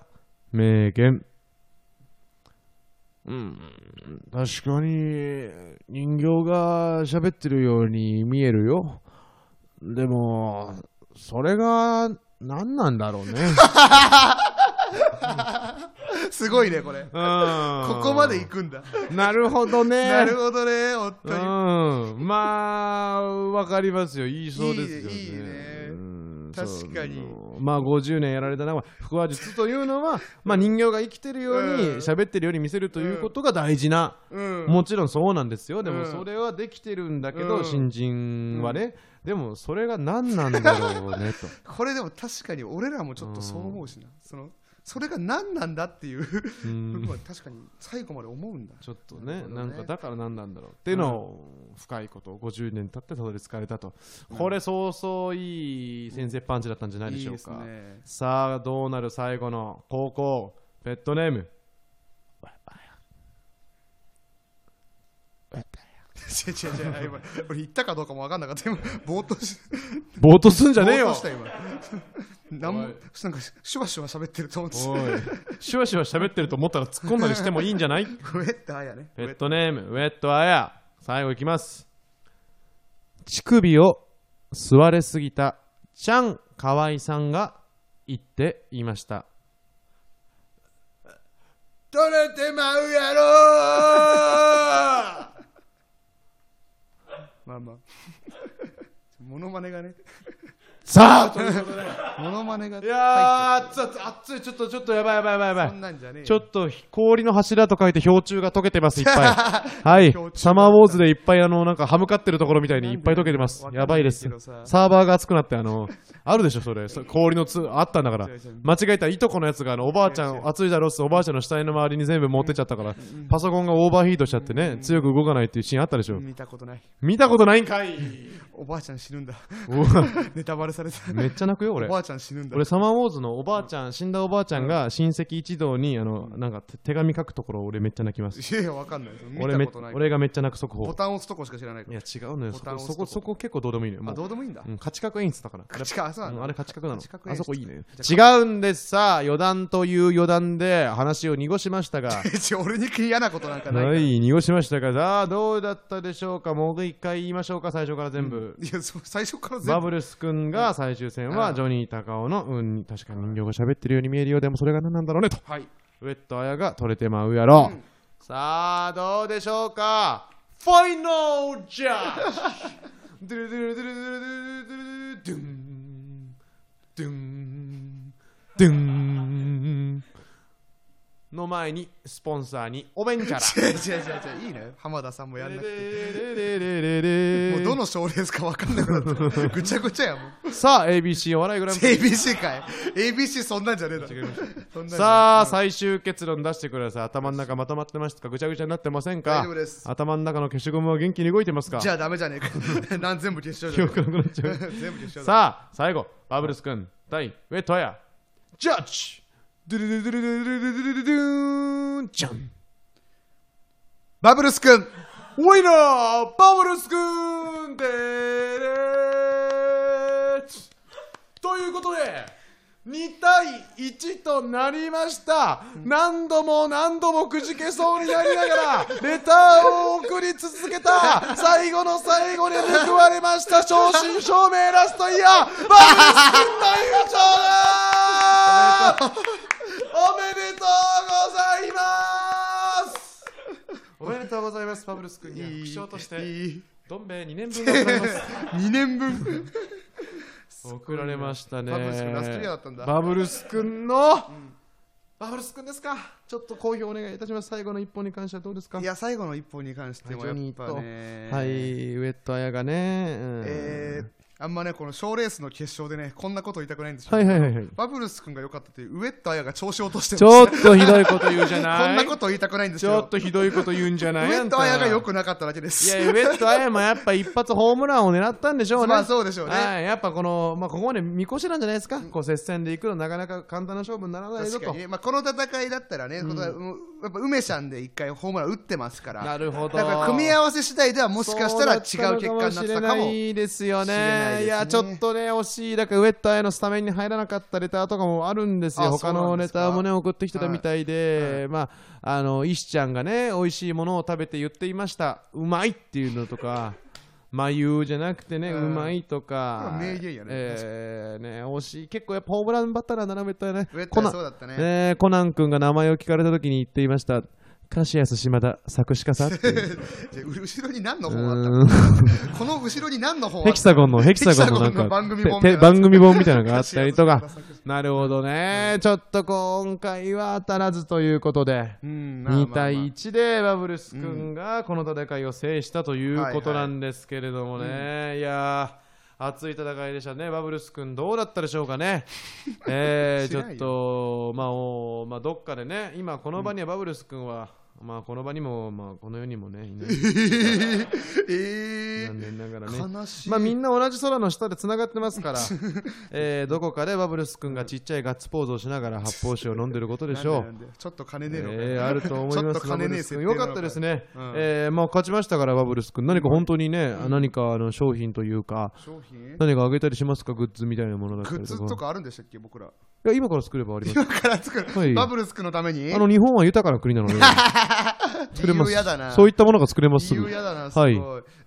Speaker 1: 名言うん確かに人形が喋ってるように見えるよでもそれが何なんだろ
Speaker 2: (laughs)
Speaker 1: うね
Speaker 2: すごいねこれこ
Speaker 1: こ
Speaker 2: こまで行くんだ
Speaker 1: なるほどね。
Speaker 2: なるほどね本当に
Speaker 1: うん。まあ、わかりますよ。言いそうですよね。
Speaker 2: いいいいね
Speaker 1: うん
Speaker 2: 確かに
Speaker 1: そうまあ50年やられたな腹話術という
Speaker 2: (laughs)
Speaker 1: のは、まあ、人形が生きてるように
Speaker 2: うん
Speaker 1: 喋ってるように見せるということが大事な、
Speaker 2: うん
Speaker 1: もちろんそうなんですよで
Speaker 2: う
Speaker 1: も
Speaker 2: ん
Speaker 1: それはできてるんだけど、
Speaker 2: うん
Speaker 1: 新人はね、でもそれが何なんだろうねと
Speaker 2: これでも確かに俺らもちょっとそう思うしな、そのそれが何なんだっていう
Speaker 1: うん
Speaker 2: まあ確かに最後まで思うんだ
Speaker 1: ちょっとね
Speaker 2: なるほど
Speaker 1: な
Speaker 2: ね
Speaker 1: んかだから何なんだろうっていうのを深いことを50年経ってたどり着かれたと、これそうそういい先生パンチだったんじゃないでしょうか、
Speaker 2: いいですね
Speaker 1: さあどうなる最後の高校ペットネーム
Speaker 2: 違う違う違う今俺言ったかどうかも分かんなかった今ぼーっとし
Speaker 1: ぼーっとすんじゃねえよ
Speaker 2: ぼーっとし
Speaker 1: (laughs)
Speaker 2: た今なんも
Speaker 1: おい
Speaker 2: なんかシュワシュワ喋ってると思って
Speaker 1: おいシュワシュワ喋ってると思ったら突っ込んだりしてもいいんじゃない
Speaker 2: ウェッダーやね
Speaker 1: ペットネームウェットアヤ最後いきます乳首を吸われすぎたちゃん河合さんが言っていました
Speaker 2: 取れてま
Speaker 1: (laughs)
Speaker 2: うやろーまあまあ (laughs) モノマネがね
Speaker 1: さあ
Speaker 2: モノマネが
Speaker 1: いやー、熱い熱い、ちょっと、ちょっと、やばい、やばい、やばい、やば
Speaker 2: そん
Speaker 1: い。
Speaker 2: なんじゃねえよ
Speaker 1: ちょっと、氷の柱と書いて、氷柱が溶けてます、いっ
Speaker 2: (laughs)
Speaker 1: ぱい。はい
Speaker 2: 氷。柱
Speaker 1: サマーウォーズでいっぱい、あの、なんか、歯向かってるところみたいにいっぱい溶けてます
Speaker 2: わ。かんな
Speaker 1: や
Speaker 2: い
Speaker 1: ばいです
Speaker 2: けど。さ
Speaker 1: サーバーが熱くなって、あの、あるでしょ、それ。そ氷のつ、あったんだから
Speaker 2: 違う違う。
Speaker 1: 間違えたら、いとこのやつが、あの、おばあちゃ
Speaker 2: 違う違
Speaker 1: ん、熱いだろうっつっておばあちゃんの死体の周りに全部持ってっちゃったから、パソコンがオーバーヒートしちゃってね、強く動かないっていうシーンあったでしょ。
Speaker 2: 見たことない
Speaker 1: 見たことないんかい
Speaker 2: おばあちゃん死ぬんだ
Speaker 1: うわ
Speaker 2: ネタバレされた
Speaker 1: めっちゃ泣くよ、
Speaker 2: お
Speaker 1: 俺。
Speaker 2: ばあちゃん死ぬんだ
Speaker 1: 俺サマーウォーズのおばあちゃん、死んだおばあちゃんが親戚一同にあのなんか手手紙書くところ俺めっちゃ泣きます
Speaker 2: いやいやわかんない見
Speaker 1: 俺
Speaker 2: た
Speaker 1: め
Speaker 2: ことない
Speaker 1: 俺がめっちゃ泣く速
Speaker 2: ボ
Speaker 1: 報
Speaker 2: タン押すとこしか知らないか
Speaker 1: い
Speaker 2: ら
Speaker 1: や違うのよ
Speaker 2: ボ
Speaker 1: そ
Speaker 2: タン
Speaker 1: こ
Speaker 2: 押す
Speaker 1: そこ
Speaker 2: とこ
Speaker 1: そこ結構どうでもいいのよも
Speaker 2: あ
Speaker 1: う
Speaker 2: どうでもいいんだ
Speaker 1: うん、価値角演出だから
Speaker 2: 価値観そうなん
Speaker 1: うん
Speaker 2: だ
Speaker 1: あれ価値角なの
Speaker 2: 価値観演出
Speaker 1: あそこいいね
Speaker 2: じ
Speaker 1: 違うんですさあ余談という余談で話を濁しましたが
Speaker 2: ちょ俺に嫌なことなんかないから
Speaker 1: はいい濁しましたがさあどうだったでしょうかもう一回言いましょうか最初から全部、
Speaker 2: やそう最初から
Speaker 1: バ
Speaker 2: 全部
Speaker 1: ブルス君が最終戦
Speaker 2: う
Speaker 1: は
Speaker 2: ん
Speaker 1: ジョニー高尾の、うん、確か人形が喋ってるように見えるようでもそれが何なんだろうねと
Speaker 2: はい
Speaker 1: ウェットアヤが取れてまうやろ、
Speaker 2: うん
Speaker 1: さあどうでしょうかファイナルジャッジドゥルドゥルドゥルドゥルドゥルドゥルドゥンドゥンドゥンの前にスポンサーにおべんちゃら
Speaker 2: (laughs) 違う違う違う違ういいね浜田さんもやんなくてもうどの賞レースか分かんなくなったぐちゃぐちゃや (laughs) もん
Speaker 1: さあ ABC お笑いグランプリ
Speaker 2: ABC かい ABC そんなんじゃねえだろそんなんじゃねえ
Speaker 1: さあ最終結論出してください頭の中まとまってますかぐちゃぐちゃになってませんか
Speaker 2: 大丈夫です
Speaker 1: 頭の中の消しゴムは元気に動いてますか
Speaker 2: じゃあダメじゃねえか (laughs) なん全部決勝
Speaker 1: 記
Speaker 2: じゃ
Speaker 1: 憶なくなっちゃう
Speaker 2: (laughs) ん全部決勝だ
Speaker 1: さあ最後バブルス君対上戸谷ジャッジドゥルルルルルルルルルルルーンじゃん
Speaker 2: バブルス君
Speaker 1: ウィナーバブルス君でーすということで2対1となりました何度も何度もくじけそうになりながらレターを送り続けた最後の最後で報われました正真正銘ラストイヤーバブルス君の優勝だーおめでとうございますおめでとうございますバブルス君には副賞として
Speaker 2: いい
Speaker 1: どん兵衛2年分が送られます
Speaker 2: 2年分
Speaker 1: 送られましたね
Speaker 2: バブルス君ラストイヤーだったんだ
Speaker 1: バブルス君の、バブルス君ですかちょっと好評お願いいたします最後の一本に関してはどうですか
Speaker 2: いや最後の一本に関してもやっぱね
Speaker 1: はいウエット綾がね、うん
Speaker 2: えーあんまねこの賞レースの決勝でねこんなこと言いたくないんですけ
Speaker 1: は
Speaker 2: ど
Speaker 1: いはいはいはい
Speaker 2: バブルス君が良かったっていうウエットアヤが調子を落として
Speaker 1: ちょっとひどいこと言うじゃない
Speaker 2: こんなこと言いたくないんです
Speaker 1: ち
Speaker 2: け
Speaker 1: ょっ
Speaker 2: ど
Speaker 1: とひどいこと言うんじゃ
Speaker 2: ウ
Speaker 1: な
Speaker 2: エ
Speaker 1: い
Speaker 2: ットアヤが良
Speaker 1: よく
Speaker 2: くなかっただけで
Speaker 1: い
Speaker 2: す
Speaker 1: やウエット綾もやっぱ一発ホームランを狙ったんでしょうね
Speaker 2: (laughs) まあそうでしょうね
Speaker 1: はいやっぱこの、まあ、ここまで見越してたんじゃないですか、こう接戦でいくのなかなか簡単な勝負にならないぞ
Speaker 2: 確か
Speaker 1: と
Speaker 2: にね、まあ、この戦いだったらね、このやっぱ梅さんで一回ホームラン打ってますから
Speaker 1: なるほど
Speaker 2: だから組み合わせ次第ではもしかしたら違う結果になってたか
Speaker 1: そうだったのかもしれな
Speaker 2: も (laughs)
Speaker 1: いですよ
Speaker 2: しれないです
Speaker 1: ね。
Speaker 2: ね
Speaker 1: いや、ちょっとね、惜しい。だから、ウェッターへのスタメンに入らなかったレターとかもあるんですよ。
Speaker 2: あ
Speaker 1: 他
Speaker 2: そ
Speaker 1: の
Speaker 2: うなん
Speaker 1: レ
Speaker 2: ですか
Speaker 1: ターもね、送ってきてたみたいで、まあ、あの、石ちゃんがね、美味しいものを食べて言っていました。うまいっていうのとか。 (laughs) まあ言うじゃなくてね、う
Speaker 2: うん
Speaker 1: まいとか、
Speaker 2: 名言やね
Speaker 1: えーね惜しい、結構やっぱホームランバッターな並べたね、
Speaker 2: ウェッ
Speaker 1: コ
Speaker 2: ト
Speaker 1: ナ
Speaker 2: は
Speaker 1: ン
Speaker 2: そうだったね
Speaker 1: えーコナン君が名前を聞かれた時に言っていました、カシアス島田、作詞家さんっていう
Speaker 2: (laughs) じゃあ後ろに何の本あったの
Speaker 1: うーん
Speaker 2: この後ろに何の本あったの
Speaker 1: ヘキサゴンのヘキサゴンのなん
Speaker 2: ヘキサゴン
Speaker 1: か
Speaker 2: の番組
Speaker 1: てて
Speaker 2: 本みたいな
Speaker 1: 番組本みたいなのがあったりと
Speaker 2: (laughs) 知
Speaker 1: か
Speaker 2: らなかった
Speaker 1: なるほどねちょっと今回は当たらずということで
Speaker 2: うんまあまあまあ
Speaker 1: 2対1でバブルス君がこの戦いを制したということなんですけれどもねいやー熱い戦いでしたねバブルス君どうだったでしょうか
Speaker 2: (laughs)
Speaker 1: ねえー
Speaker 2: し
Speaker 1: ち
Speaker 2: な
Speaker 1: ょ
Speaker 2: いよ
Speaker 1: っとまあおまあどっかでね今この場にはバブルス君はまあこの場にもまあこの世にもねいない
Speaker 2: (laughs) え
Speaker 1: (laughs) 残念ながらね
Speaker 2: ー、悲しい、
Speaker 1: まあ、みんな同じ空の下でつながってますから、えーどこかでバブルス君がちっちゃいガッツポーズをしながら発泡酒を飲んでることでしょ
Speaker 2: なん
Speaker 1: う。
Speaker 2: でなんでちょっと金ねえのかよ、
Speaker 1: えー、あると思いま
Speaker 2: ちょっ
Speaker 1: す
Speaker 2: と
Speaker 1: バブ
Speaker 2: 金ね
Speaker 1: ル
Speaker 2: え
Speaker 1: ス
Speaker 2: 設定
Speaker 1: 君
Speaker 2: な
Speaker 1: よ
Speaker 2: のか
Speaker 1: かったですね、
Speaker 2: うん
Speaker 1: えーまあ、勝ちましたからバブルス君何か本当にね、何かあの商品というか
Speaker 2: 商品
Speaker 1: 何かあげたりしますかグッズみたいなものだった
Speaker 2: グ
Speaker 1: り
Speaker 2: ッ
Speaker 1: と
Speaker 2: ズ
Speaker 1: か
Speaker 2: とかあるんでしたっけ僕ら (laughs)
Speaker 1: いや今から作ればあります
Speaker 2: 今から作る、
Speaker 1: はい
Speaker 2: バブルスクのために
Speaker 1: あの日本は豊かな国なので作れ
Speaker 2: 理
Speaker 1: ま
Speaker 2: 由やだな
Speaker 1: すそういったものが作れますす
Speaker 2: 理
Speaker 1: ぐ
Speaker 2: 由やだな、すご。
Speaker 1: はいい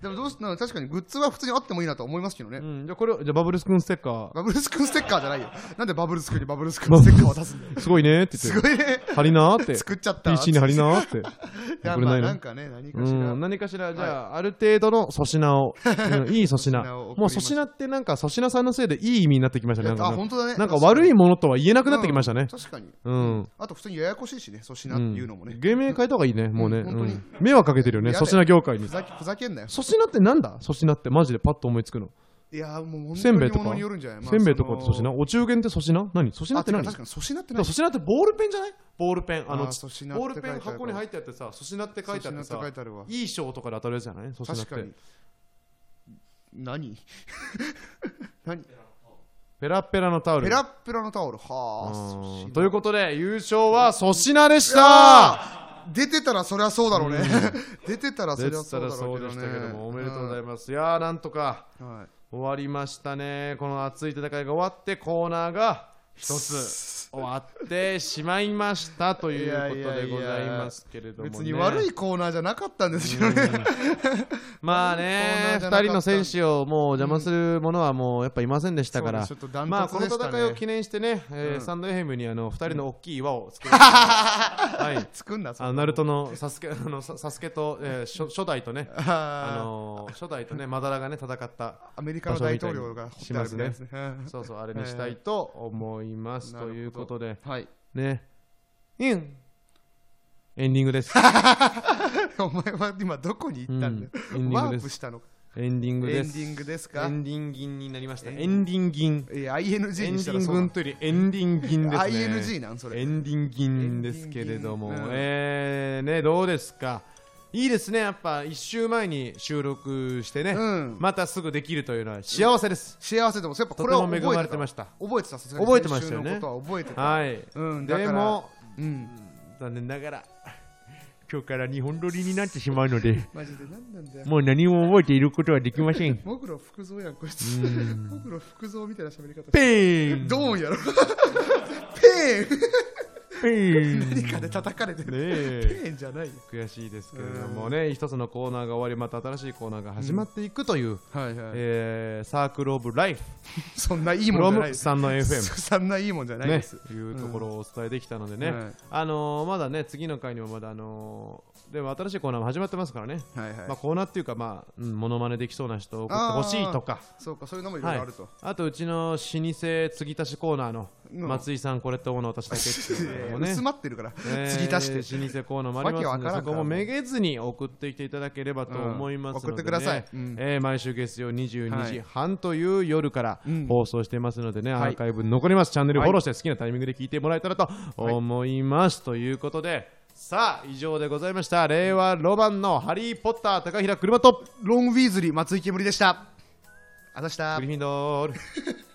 Speaker 2: でもどうしなんか確かにグッズは普通にあってもいいなと思いますけどね。
Speaker 1: うん、じゃあこれをじゃあバブルス君ステッカ
Speaker 2: バブルスクンステッカーじゃないよ。なんでバブルスクにバブルスクンステッカーを渡すんだよ。
Speaker 1: ーすごいねって言
Speaker 2: す
Speaker 1: って
Speaker 2: ごいね。
Speaker 1: 貼りなーって
Speaker 2: 作っちゃった。
Speaker 1: PC に
Speaker 2: (laughs)
Speaker 1: 貼りなーって
Speaker 2: いや
Speaker 1: これ
Speaker 2: ま
Speaker 1: な
Speaker 2: あ
Speaker 1: いの
Speaker 2: なんかね、何かしら。
Speaker 1: うん、何かしら、じゃあ、ある程度の粗品
Speaker 2: (laughs)
Speaker 1: を、うんいい粗品。
Speaker 2: 粗品を送りました
Speaker 1: もう粗品ってなんか、粗品さんのせいでいい意味になってきましたね。なん
Speaker 2: あ、
Speaker 1: か
Speaker 2: 本当だね。
Speaker 1: なんか悪い
Speaker 2: も
Speaker 1: ものとは言えなくなってきましたね。
Speaker 2: 確かに。
Speaker 1: うん。
Speaker 2: あと普通にややこしいしね、粗品
Speaker 1: う
Speaker 2: っ
Speaker 1: ん
Speaker 2: ていうのもね。
Speaker 1: 芸名変えた方がいいね、もうね。
Speaker 2: うん本当に
Speaker 1: うん迷惑かけてるよね、
Speaker 2: やだ
Speaker 1: 粗品
Speaker 2: よ
Speaker 1: 業界に
Speaker 2: ふ。ざけふざけんなよ。
Speaker 1: 粗品ってなんだ粗品ってマジでパッと思いつくの。
Speaker 2: いや、もう本
Speaker 1: せ
Speaker 2: 当
Speaker 1: んべい
Speaker 2: に
Speaker 1: とか
Speaker 2: 物によるんじゃないまあ
Speaker 1: せんべいとかって粗
Speaker 2: そ
Speaker 1: 品
Speaker 2: の
Speaker 1: お中元って粗品何粗品
Speaker 2: あ、
Speaker 1: って
Speaker 2: てか
Speaker 1: 何粗
Speaker 2: 確かに粗品って何
Speaker 1: 品ってボールペンじゃないボールペン。あの、
Speaker 2: あー粗品って
Speaker 1: ボールペン
Speaker 2: 書いてある
Speaker 1: 箱に入ってあってさ、粗品って書いてあって
Speaker 2: 粗
Speaker 1: さ
Speaker 2: 品って書いてあるわ、
Speaker 1: いい賞とかで当たるやつじゃない粗品っ
Speaker 2: 確かに
Speaker 1: て。。
Speaker 2: 何 (laughs) 何
Speaker 1: ペラッペラのタオル。
Speaker 2: ペラッペラのタオル。はあ粗
Speaker 1: うん
Speaker 2: 品。
Speaker 1: ということで優勝は粗品でし
Speaker 2: いや
Speaker 1: た
Speaker 2: ー出てたらそりゃそうだろうね、 (laughs) 出てたらそ
Speaker 1: 出
Speaker 2: りゃ
Speaker 1: て
Speaker 2: そ
Speaker 1: た
Speaker 2: うだ
Speaker 1: ら
Speaker 2: ろ
Speaker 1: そうう
Speaker 2: けど
Speaker 1: で
Speaker 2: ね
Speaker 1: したけどもおめでとうござい
Speaker 2: ま
Speaker 1: ますいやーなんとか
Speaker 2: す、はい
Speaker 1: 終わりましたねこの熱い戦いが終わってコーナーが一つ終わってしまいましたということでございますけれども、ね、
Speaker 2: (laughs) 別に悪いコーナーじゃなかったんですけどね、
Speaker 1: まあ
Speaker 2: コーナ
Speaker 1: ね
Speaker 2: ーじゃなかっ
Speaker 1: 2
Speaker 2: た
Speaker 1: 人の選手をもう邪魔するものはもうやっぱいませんでしたから、
Speaker 2: そうですちょっと断
Speaker 1: まあ
Speaker 2: トツ
Speaker 1: この
Speaker 2: でしたね
Speaker 1: 戦いを記念してね、えー
Speaker 2: うん
Speaker 1: サンドエヘムにあの2人の大きい岩を作り
Speaker 2: (laughs)
Speaker 1: ました、はい
Speaker 2: 作んなそ
Speaker 1: あのナルトのサスケあ (laughs) のササスケと、えー初初代とね、あ
Speaker 2: あ
Speaker 1: のー初代とねマダラがね戦った
Speaker 2: アメリカの大統領が掘ってあるみたいですね
Speaker 1: そうそうあれにしたいと思います、
Speaker 2: なる
Speaker 1: と
Speaker 2: ほど
Speaker 1: いうことで
Speaker 2: はい
Speaker 1: ねインエンディングです。
Speaker 2: (laughs) お前は今どこに行ったんだよ、
Speaker 1: うんエンディングです
Speaker 2: ワープしたのか
Speaker 1: エンディング
Speaker 2: エ
Speaker 1: で
Speaker 2: ン
Speaker 1: す。
Speaker 2: ディングですか
Speaker 1: エンディングになりました。
Speaker 2: エン
Speaker 1: エンディングン。
Speaker 2: え ING
Speaker 1: エン
Speaker 2: にし
Speaker 1: ディ
Speaker 2: たら
Speaker 1: ン
Speaker 2: そ
Speaker 1: グ
Speaker 2: うなん
Speaker 1: というよりエンディングンですね。
Speaker 2: ING なんそれ
Speaker 1: エンディングンですけれども、
Speaker 2: エンディングンうん
Speaker 1: えー、ね、どうですか。いいですね、やっぱ一週前に収録してね、
Speaker 2: うん
Speaker 1: またすぐできるというのは幸せです。
Speaker 2: 幸せでもやっぱ
Speaker 1: と
Speaker 2: こ
Speaker 1: て
Speaker 2: れは
Speaker 1: も
Speaker 2: 覚え
Speaker 1: 恵
Speaker 2: てた
Speaker 1: まれてました。
Speaker 2: 覚えてたさすがに
Speaker 1: 覚えてましたよね
Speaker 2: 先週のことは覚えてた、
Speaker 1: はい、
Speaker 2: うんだから
Speaker 1: でも、
Speaker 2: うん
Speaker 1: 残念ながら、 (laughs) 今日から日本撮りになってしまうので、
Speaker 2: (laughs) マジで何なんだよ
Speaker 1: もう何も覚えていることはできません。
Speaker 2: もぐろ福蔵やんこいつ
Speaker 1: うん
Speaker 2: もぐろ福蔵みたいな喋り方
Speaker 1: ペーン
Speaker 2: ドーンやろペーン
Speaker 1: ペーン
Speaker 2: 何かで叩かれて
Speaker 1: ね
Speaker 2: る、
Speaker 1: え
Speaker 2: ペーンじゃないよ
Speaker 1: 悔しいですけれどもね、一つのコーナーが終わり、また新しいコーナーが始まっていくという、
Speaker 2: はいはい、
Speaker 1: えーサークル・オブ・ライフ、
Speaker 2: そんないい
Speaker 1: フ
Speaker 2: も
Speaker 1: ロ
Speaker 2: んじゃな
Speaker 1: ム
Speaker 2: いです
Speaker 1: さ
Speaker 2: (laughs)
Speaker 1: んの FM。
Speaker 2: そんないいもんじゃない
Speaker 1: ね
Speaker 2: です、、
Speaker 1: いうところをお伝えできたのでね、
Speaker 2: はい
Speaker 1: あのーまだね、次の回にもまだ、あのーでも新しいコーナーも始まってますからね、
Speaker 2: はいはい、
Speaker 1: まあ、コーナーっていうか、まあ、うんモノマネできそうな人を送ってほしいとか、
Speaker 2: そうかそういうのもいろい
Speaker 1: はい
Speaker 2: ろあると、、
Speaker 1: あとうちの老舗継ぎ足しコーナーの
Speaker 2: うん
Speaker 1: 松井さん、これともの私だけっていう
Speaker 2: (laughs)
Speaker 1: のもね。
Speaker 2: 薄まってるから、
Speaker 1: えー
Speaker 2: 継ぎ足して
Speaker 1: 老舗コーナーもあります
Speaker 2: わ
Speaker 1: の
Speaker 2: け
Speaker 1: で
Speaker 2: わから
Speaker 1: そ
Speaker 2: んか
Speaker 1: こ
Speaker 2: ら
Speaker 1: もめげずに送ってきていただければと思いますので、ね
Speaker 2: うん送ってくださいうん
Speaker 1: えー毎週月曜22
Speaker 2: はい
Speaker 1: 時半という夜から
Speaker 2: うん
Speaker 1: 放送してますのでね、
Speaker 2: はい
Speaker 1: アーカイブ残りますチャンネルフォローして好きなタイミングで聞いてもらえたらと思います、ということでさあ以上でございました令和ロマンのハリー・ポッター高平車と
Speaker 2: ロン・ウィーズリー松井煙でしたあざした
Speaker 1: グリフィンドール